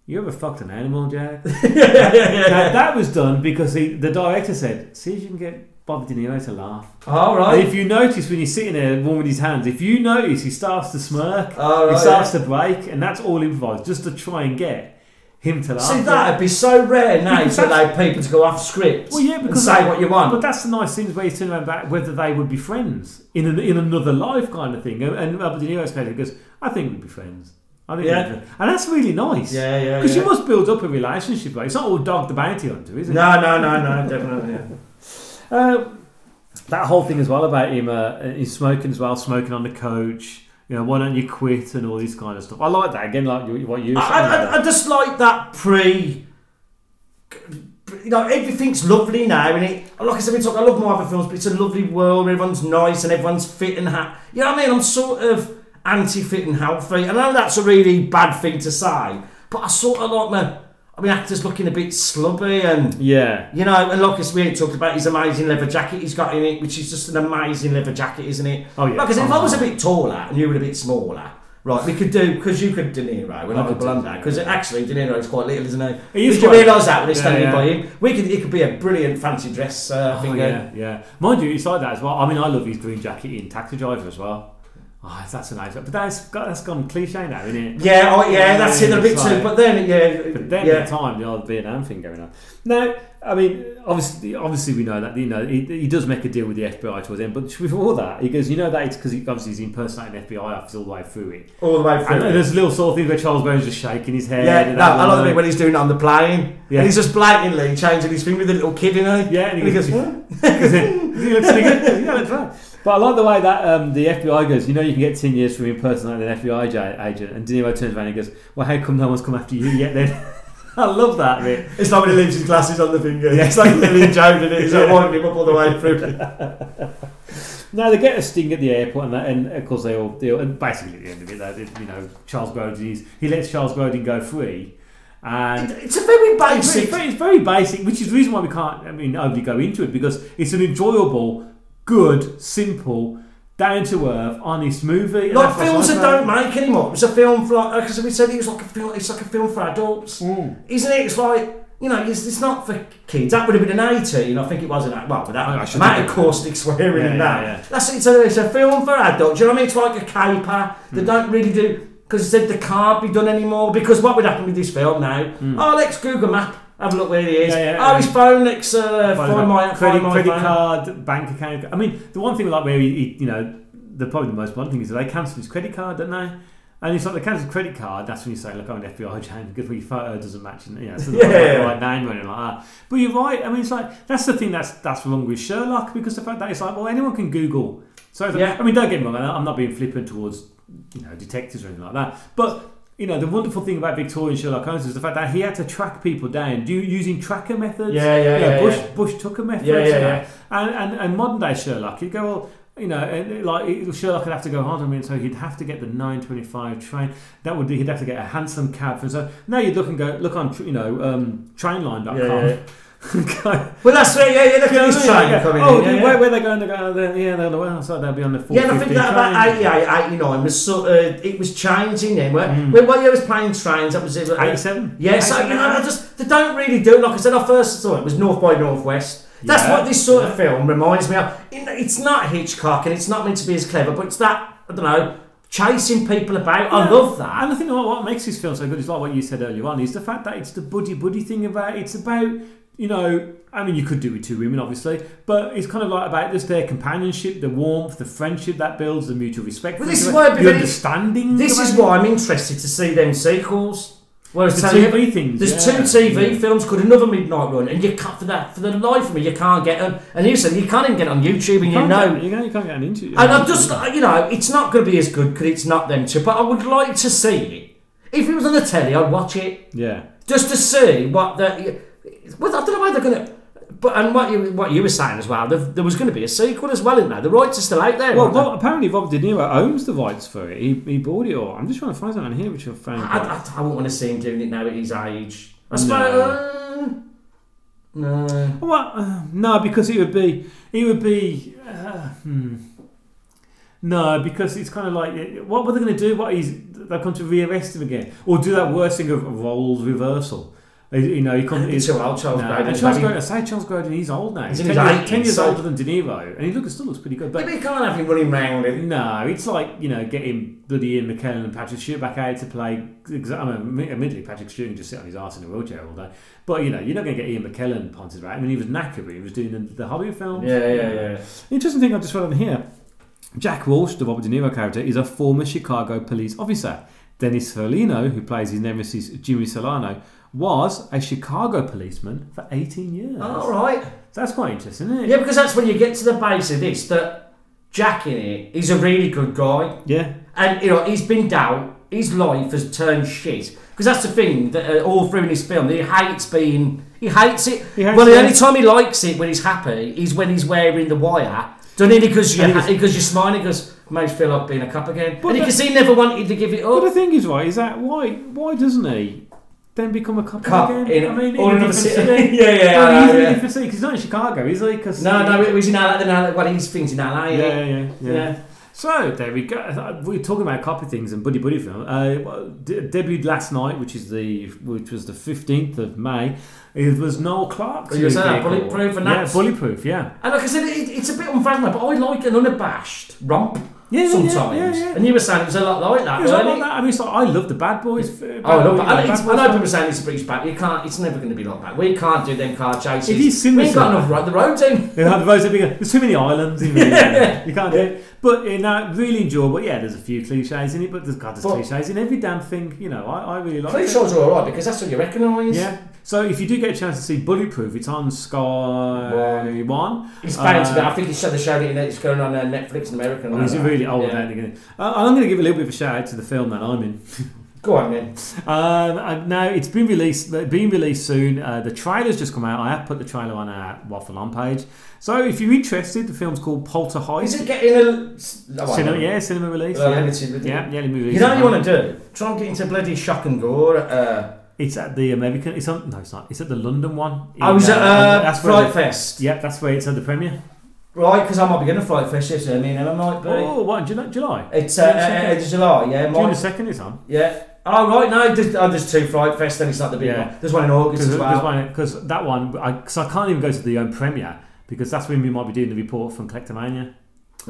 S10: "You ever fucked an animal,
S11: *laughs*
S10: Jack?"
S11: yeah, yeah, yeah.
S10: Now, that was done because he, the director said, "See if you can get Bob De Niro to laugh."
S11: All
S10: And
S11: right.
S10: if you notice when you're sitting there warming his hands, if you notice he starts to smirk,
S11: Oh,
S10: he
S11: right,
S10: starts to break, and that's all improvised, just to try and get him to laugh.
S11: See, that'd be so rare now
S10: Because
S11: to allow people to go off script
S10: Well, yeah,
S11: and
S10: because
S11: say what you want.
S10: But that's the nice thing is where you turn around about whether they would be friends in an, in another life kind of thing. And, and Robert De Niro's character goes, "I think we'd be friends." I think,
S11: Yeah.
S10: we'd be friends." and that's really nice.
S11: Yeah, yeah,
S10: Because
S11: yeah.
S10: you must build up a relationship. Right? It's not all dog the bounty hunter, is it?
S11: No, no, no, no, definitely. Yeah.
S10: Uh, that whole thing as well about him, uh, he's smoking as well, smoking on the coach. You know, why don't you quit and all this kind of stuff. I like that again, like you, what you. were
S11: I,
S10: saying
S11: I,
S10: about-
S11: I- I just like that pre. You know, everything's lovely now, and it. Like I said, we talk. I love Marvel films, but it's a lovely world. Where everyone's nice and everyone's fit and happy. You know what I mean? I'm sort of anti-fit and healthy. and I know that's a really bad thing to say, but I sort of like my. I mean, actors looking a bit slubby and.
S10: yeah.
S11: You know, and Lucas really talked about his amazing leather jacket he's got in it, which is just an amazing leather jacket, isn't it?
S10: Oh, yeah.
S11: Like I said, if I was a bit taller and you were a bit smaller, right, we could do, because you could De Niro, we're not a
S10: could do
S11: blunder,
S10: De Niro,
S11: because actually De Niro is quite little, isn't he?
S10: He is
S11: Did you
S10: quite-
S11: realise that when he's
S10: Yeah,
S11: standing
S10: yeah.
S11: by him? We could, it could be a brilliant fancy dress uh,
S10: Oh,
S11: thing.
S10: yeah, yeah. Mind you, it's like that as well. I mean, I love his green jacket in Taxi Driver as well. Oh, that's a nice one. But that's, got, that's gone cliche now, isn't it?
S11: Yeah, oh, yeah, that's it, they're a bit
S10: it's
S11: too,
S10: like-
S11: but then, yeah.
S10: But then at
S11: yeah.
S10: the time, the old Vietnam thing going on. Now, I mean, obviously, obviously we know that you know he, he does make a deal with the FBI towards the end, but before that, he goes, you know that it's because he, obviously he's impersonating FBI officers all the way through it.
S11: All the way through.
S10: And, and there's little sort of thing where Charles Bones just shaking his head.
S11: Yeah,
S10: and
S11: no, I love
S10: that.
S11: it when he's doing it on the plane.
S10: Yeah.
S11: And he's just blatantly changing his thing with the little kid in it.
S10: Yeah, and he goes,
S11: "Huh?"
S10: *laughs* Because he looks *laughs* really good. Yeah, that's right. But I like the way that um, the FBI goes, you know, you can get 10 years from impersonating an FBI ja- agent. And De Niro turns around and goes, well, how come no one's come after you yet then? *laughs* I love that bit.
S11: It's like when he leaves his glasses on the finger. It's like Lily Joan did it. He's like winding him up all the way through.
S10: No, they get a sting at the airport, and, that, and of course they all, they all. And basically, at the end of it, they, you know, Charles Grodin is he lets Charles Grodin go free, and
S11: It's a very
S10: It's very,
S11: basic.
S10: very- it's very basic, which is the reason why we can't, I mean, overly go into it because it's an enjoyable, good, simple, down to earth, honest movie. and
S11: Like
S10: that's what I
S11: films that
S10: like
S11: don't
S10: about
S11: make anymore. It's a film for like because we said it was like a film. It's like a film for adults,
S10: Hmm.
S11: isn't it? It's like you know, it's, it's not for kids. That would have been an eighteen. I think it was an eight- well, with that
S10: I should
S11: amount
S10: think
S11: of
S10: it was.
S11: caustic swearing
S10: Yeah, yeah,
S11: and that.
S10: yeah.
S11: That's it's a, it's a film for adults. Do you know what I mean? It's like a caper.
S10: Hmm.
S11: They don't really do because they said they can't be done anymore. Because what would happen with this film now? Oh, let's Google Map. Have a look where he is.
S10: Hmm. Yeah, yeah,
S11: oh,
S10: yeah.
S11: his phone. Let's uh,
S10: it.
S11: find, my
S10: credit,
S11: find my
S10: credit
S11: phone.
S10: card, bank account. I mean, the one thing like where he, he- you know, the probably the most blunt thing is that they cancel his credit card, don't they? And it's like they cancel his credit card. That's when you say, "Look, I'm an FBI agent because your photo doesn't match, and you know, so
S11: *laughs* Yeah.
S10: yeah. the right name or anything like that." But you're right. I mean, it's like that's the thing that's that's wrong with Sherlock because the fact that it's like, well, anyone can Google. So it's like-
S11: Yeah.
S10: I mean, don't get me wrong. I'm not being flippant towards you know detectives or anything like that, but. You know the wonderful thing about Victorian Sherlock Holmes is the fact that he had to track people down, do using tracker methods.
S11: Yeah, yeah,
S10: You know,
S11: yeah,
S10: Bush,
S11: yeah.
S10: Bush Tucker method.
S11: Yeah, yeah,
S10: you know.
S11: yeah.
S10: And, and and modern day Sherlock, he'd go well, you know, and, like it- Sherlock would have to go hard on me, and so he'd have to get the nine twenty five train. That would be he'd have to get a handsome cab for so now you'd look and go look on tr- you know um, trainline.com. *laughs*
S11: Yeah, yeah.
S10: Go-
S11: Well, that's where yeah, yeah. Look at this train
S10: yeah,
S11: coming
S10: oh,
S11: in. yeah,
S10: dude,
S11: yeah.
S10: where, where they going? They go, oh, they're- yeah, they're on the well, so they'll be on the four.
S11: Yeah, and I think that about 88, 89 was sort of, it was changing then. Where,
S10: Mm.
S11: where, well, yeah, it was playing trains, that was it. wasn't it?
S10: 87?
S11: Yeah, so, you know, I just, they don't really do, like I said, I first saw it was North by Northwest. That's
S10: Yeah,
S11: what this sort of film reminds me of. It- It's not Hitchcock and it's not meant to be as clever, but it's that, I don't know, chasing people about. I love that.
S10: And I think what, what makes this film so good is like what you said earlier on is the fact that it's the buddy buddy thing about it's about you know I mean you could do it with two women obviously but it's kind of like about just their companionship the warmth the friendship that builds the mutual respect
S11: Well,
S10: for
S11: this
S10: each
S11: is
S10: other,
S11: why I'd be
S10: the
S11: very-
S10: understanding
S11: This is
S10: about-
S11: why I'm interested to see them sequels. Whereas
S10: The
S11: tell you-
S10: TV things,
S11: There's
S10: yeah.
S11: two TV
S10: Yeah.
S11: films called Another Midnight Run, and you cut for that for the life of me, you can't get them. And you said you can't even get it on YouTube, and you,
S10: can't
S11: know.
S10: get, you know you can't get an interview
S11: and I'm just, uh, you know, it's not going to be as good because it's not them two. But I would like to see it. If it was on the telly, I'd watch it
S10: yeah
S11: just to see what the. Well, I don't know why they're going to. But and what you what you were saying as well, there, there was going to be a sequel as well, isn't there? The rights are still out there.
S10: well
S11: aren't they?
S10: Rob, apparently Rob De Niro owns the rights for it he, he bought it all I'm just trying to find something here which I've found
S11: I, I, I wouldn't want to see him doing it now at his age.
S10: No.
S11: I suppose. No. no.
S10: Well, uh, no, because it would be, it would be, uh, hmm. no, because it's kind of like, what were they going to do? What is they've come to rearrest him again, or do that worst thing of roles reversal? You- You know, he comes.
S11: He's too old, Charles
S10: no,
S11: Grodin.
S10: and Charles Grodin. I say Charles Grodin, he's old now. He's
S11: in
S10: ten,
S11: his
S10: years,
S11: 80s,
S10: ten years
S11: so-
S10: older than De Niro, and he looks still looks pretty good. But
S11: Maybe you can't have him running round. in-
S10: no, it's like you know getting bloody Ian McKellen and Patrick Stewart back out to play. exa- I mean, admittedly, Patrick Stewart can just sit on his arse in a wheelchair all day, but you know you're not going to get Ian McKellen ponted right. I mean, he was knackered. when He was doing the, the Hobbit film.
S11: Yeah, yeah, yeah.
S10: Interesting thing I just read on here. Jack Walsh, the Robert De Niro character, is a former Chicago police officer. Dennis Ferlino, who plays his nemesis Jimmy Solano, was a Chicago policeman for 18 years.
S11: All Oh, right.
S10: So that's quite interesting, isn't it?
S11: Yeah, because that's when you get to the base of this that Jack in it is a really good guy,
S10: Yeah.
S11: and you know he's been down. His life has turned shit because that's the thing that uh, all through in his film he hates being. He hates it.
S10: He hates
S11: well, the
S10: it.
S11: only time he likes it when he's happy is when he's wearing the wire. Done it because you
S10: And he
S11: ha-
S10: was-
S11: because you're smiling because makes me feel like being a cup again.
S10: But
S11: But and
S10: the-
S11: because he never wanted to give it
S10: But the
S11: up.
S10: thing is, right, is that why why doesn't he then become a cop,
S11: Cop
S10: again?
S11: in-
S10: I mean, in a
S11: or another
S10: different
S11: city.
S10: city.
S11: *laughs* Yeah, yeah,
S10: I
S11: I
S10: mean, he's
S11: know,
S10: in
S11: yeah.
S10: a different city 'cause he's not in Chicago, is he? Cause
S11: No, no, it was in LA. Then LA well, he's things in
S10: yeah,
S11: LA. isn't
S10: yeah,
S11: it?
S10: yeah, yeah. So there we go. Uh, We're talking about copy things and buddy buddy film. Uh, well, d- debuted last night, which is the which was the fifteenth of May. It was Noel Clark's.
S11: You were
S10: new
S11: saying that,
S10: vehicle.
S11: Bulletproof and
S10: yeah,
S11: that's-
S10: bulletproof. Yeah,
S11: And like I said, it, it's a bit unfathomable, but I like an unabashed romp
S10: Yeah, yeah,
S11: sometimes.
S10: yeah, yeah.
S11: And you were saying it was a lot like that,
S10: It was like
S11: weren't it?
S10: that. I mean, it's like I love the Bad Boys. uh, Bad
S11: Oh, I love
S10: Boys,
S11: that. I,
S10: Bad
S11: know- it's- I
S10: Boys
S11: know
S10: film.
S11: people saying it's a British back. You can't. It's never going to be like that. We can't do them car chases.
S10: It is
S11: We
S10: similar.
S11: ain't got enough ro- the roads in.
S10: Yeah, the roads are bigger. There's too many islands. In yeah. You can't do it. But you know, really enjoyable. Yeah, there's a few cliches in it, but there's God, there's
S11: But-
S10: cliches in every damn thing. You know, I, I really like.
S11: Police shows are all right because that's what you recognise.
S10: Yeah. So if you do get a chance to see Bulletproof, it's on Sky
S11: One.
S10: One.
S11: It's bound to
S10: Uh,
S11: be. I think it's showed showed it. in- It's going on uh, Netflix in America. and
S10: Oh,
S11: all
S10: he's
S11: that.
S10: really old,
S11: Yeah.
S10: yeah. uh, I'm going to give a little bit of a shout out to the film that I'm in.
S11: Go on then.
S10: Um, uh, now it's been released, being released soon. Uh, the trailer's just come out. I have put the trailer on our Waffle On page. So if you're interested, the film's called Poltergeist.
S11: Is it getting a oh,
S10: Cinema, yeah, cinema release.
S11: Uh,
S10: yeah.
S11: limited release.
S10: yeah, yeah, limited release.
S11: You know what you want to do? Try and get into bloody shock and gore. Uh,
S10: It's at the American. It's on. No, it's not. It's at the London one.
S11: I was
S10: in,
S11: at uh,
S10: that's where
S11: Fright
S10: the-
S11: Fest,
S10: Yep, that's where it's at the premiere.
S11: right? Because I might be going to Fright Fest this year, me and Ella might be.
S10: Oh, what? July? July?
S11: It's uh,
S10: June
S11: uh, uh,
S10: second.
S11: it's July, yeah.
S10: June the
S11: Might,
S10: second is on.
S11: yeah. Oh right, no, there's, oh, there's two Fright Fest, then it's not the big
S10: Yeah.
S11: one. There's one in August
S10: Because
S11: as well.
S10: that one, because I, can't even go to the um, premiere because that's when we might be doing the report from Collectomania.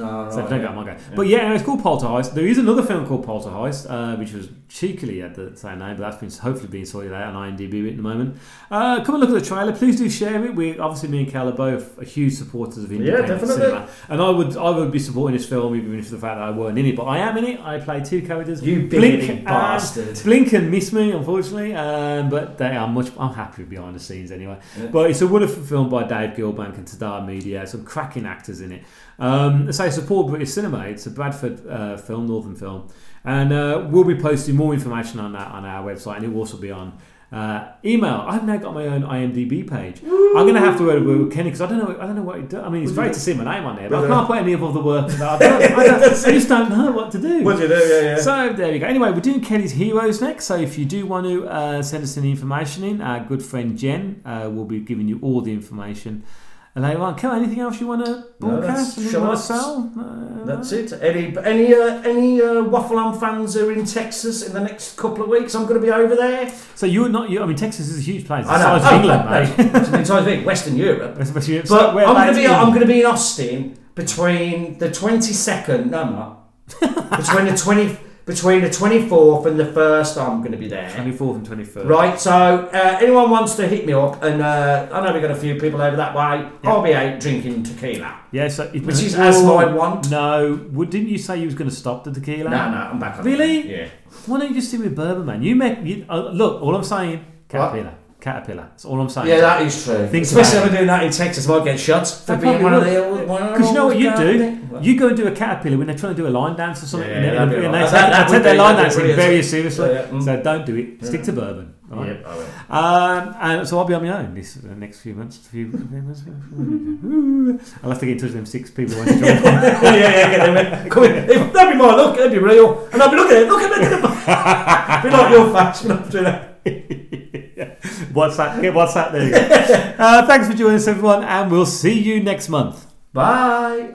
S11: Oh, right,
S10: So if I don't
S11: yeah.
S10: go, I might go. But yeah, no, it's called Poltergeist. There is another film called Poltergeist, uh, which was cheekily at the same name, but that's been hopefully being sorted out on IMDb at the moment. Uh, come and look at the trailer. Please do share it. We obviously me and Cal are both huge supporters of independent
S11: definitely.
S10: cinema, and I would I would be supporting this film even if the fact that I weren't in it. But I am in it. I play two characters.
S11: You bigoted bastard.
S10: And, Blink and miss me, unfortunately. Um, but they are much. I'm happy with behind the scenes anyway. But it's a wonderful film by Dave Gilbank and Tadar Media. Some cracking actors in it. Um, so I support British cinema. It's a Bradford uh, film, Northern film, and uh, we'll be posting more information on that on our website, and it will also be on. Uh, email. I've now got my own IMDb page. I'm going to have to work with Kenny because I don't know. I don't know what it does. I mean, it's great to see my name on there, but I can't put any of the work. That I've done. I, don't, I just don't know what to do.
S11: What do you do? Yeah, yeah.
S10: So there you go. Anyway, we're doing Kenny's Heroes next. So if you do want to uh, send us any information in, our good friend Jen uh, will be giving you all the information later on. Kel, anything else you want to broadcast?
S11: that's-
S10: Anything
S11: shall
S10: you want
S11: I
S10: to
S11: s-
S10: sell? Uh,
S11: That's it. Any any uh, any uh, Waffle Arm fans who are in Texas in the next couple of weeks? I'm going to be over there.
S10: so you're not. You, I mean, Texas is a huge place. It's
S11: I know. *laughs*
S10: the size of England, mate.
S11: Hey,
S10: *laughs*
S11: It's an entire thing, Western Europe.
S10: Especially-
S11: But
S10: where
S11: I'm going
S10: about
S11: to be
S10: you?
S11: I'm going to be in Austin between the 22nd. No, I'm not.
S10: *laughs*
S11: between the 20 between the 24th and the 1st, I'm going to be there.
S10: 24th and 23rd.
S11: Right, so uh, anyone wants to hit me up, and uh, I know we've got a few people over that way. I'll be out drinking tequila.
S10: Yeah, so it,
S11: Which is as
S10: Whoa.
S11: I want.
S10: No, would, didn't you say you was going to stop the tequila?
S11: No, no, I'm back on.
S10: Really?
S11: Yeah.
S10: Why don't you just do with bourbon, man? You make you, uh, look. All I'm saying, caterpillar, caterpillar. That's all I'm saying.
S11: Yeah, that is true.
S10: Think
S11: Especially
S10: about
S11: if we're doing that in Texas, I might get shot for
S10: They
S11: being
S10: probably
S11: one of
S10: would.
S11: the old. one of
S10: Because you know
S11: those
S10: what you
S11: guys.
S10: do?
S11: Well,
S10: You go and do a caterpillar when they're trying to do a line dance or something,
S11: Yeah,
S10: and, they-
S11: that'd be
S10: and they
S11: alright.
S10: take,
S11: That- that
S10: they take
S11: would
S10: their
S11: be-
S10: line
S11: that'd be
S10: dancing
S11: brilliant.
S10: very seriously.
S11: Yeah, mm.
S10: So don't do it. Stick to bourbon. all right?
S11: yeah, I will.
S10: Um, and so I'll be on my own this uh, next few months. Few, few months. *laughs* I'll have to get in touch with them six
S11: *laughs*
S10: people. When they join.
S11: yeah, yeah, get them in. Come in. If- That'd be my look. That'd be real. And I'd be looking at it. Look at it. be like your fashion after that.
S10: *laughs* what's that? Get what's that? There you go. Uh, thanks for joining us, everyone, and we'll see you next month.
S11: Bye.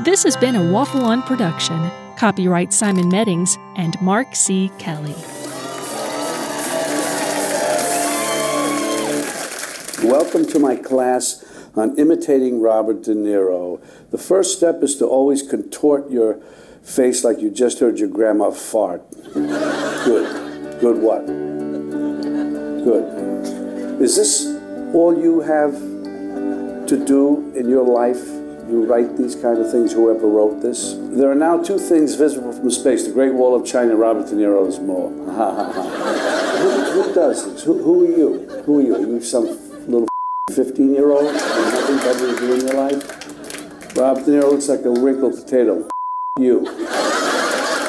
S12: This has been a Waffle On production. Copyright Simon Meddings and Mark C. Kelly.
S2: Welcome to my class on imitating Robert De Niro. The first step is to always contort your face like you just heard your grandma fart. Good. Good what? Good. Is this all you have to do in your life? You write these kind of things, whoever wrote this. There are now two things visible from space the Great Wall of China, Robert De Niro's *laughs* mall. Ha ha ha. Who, who does this? Who, who are you? Who are you? Are you some little 15 year old? Nothing better to do in your life? Rob De Niro looks like a wrinkled potato. You.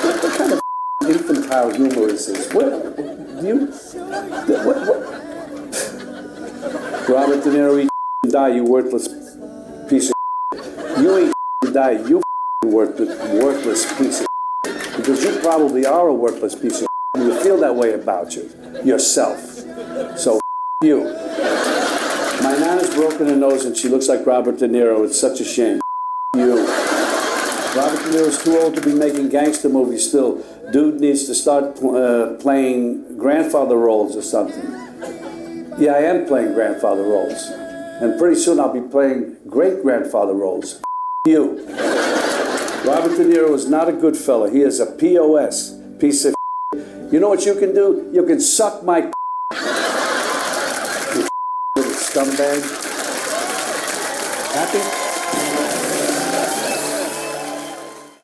S2: What, what kind of infantile humor is this? What? You? What? what? Robert De Niro, eat and die, you worthless piece of. You eat and die, you worthless, worthless piece of. Because you probably are a worthless piece of. You feel that way about you, yourself. So you. My nana's broken her nose and she looks like Robert De Niro. It's such a shame. You. Robert De Niro's too old to be making gangster movies still. Dude needs to start pl- uh, playing grandfather roles or something. Yeah, I am playing grandfather roles. And pretty soon I'll be playing great grandfather roles. You. Robert De Niro is not a good fella. He is a POS piece of. You know what you can do? You can suck my. you little scumbag. Happy?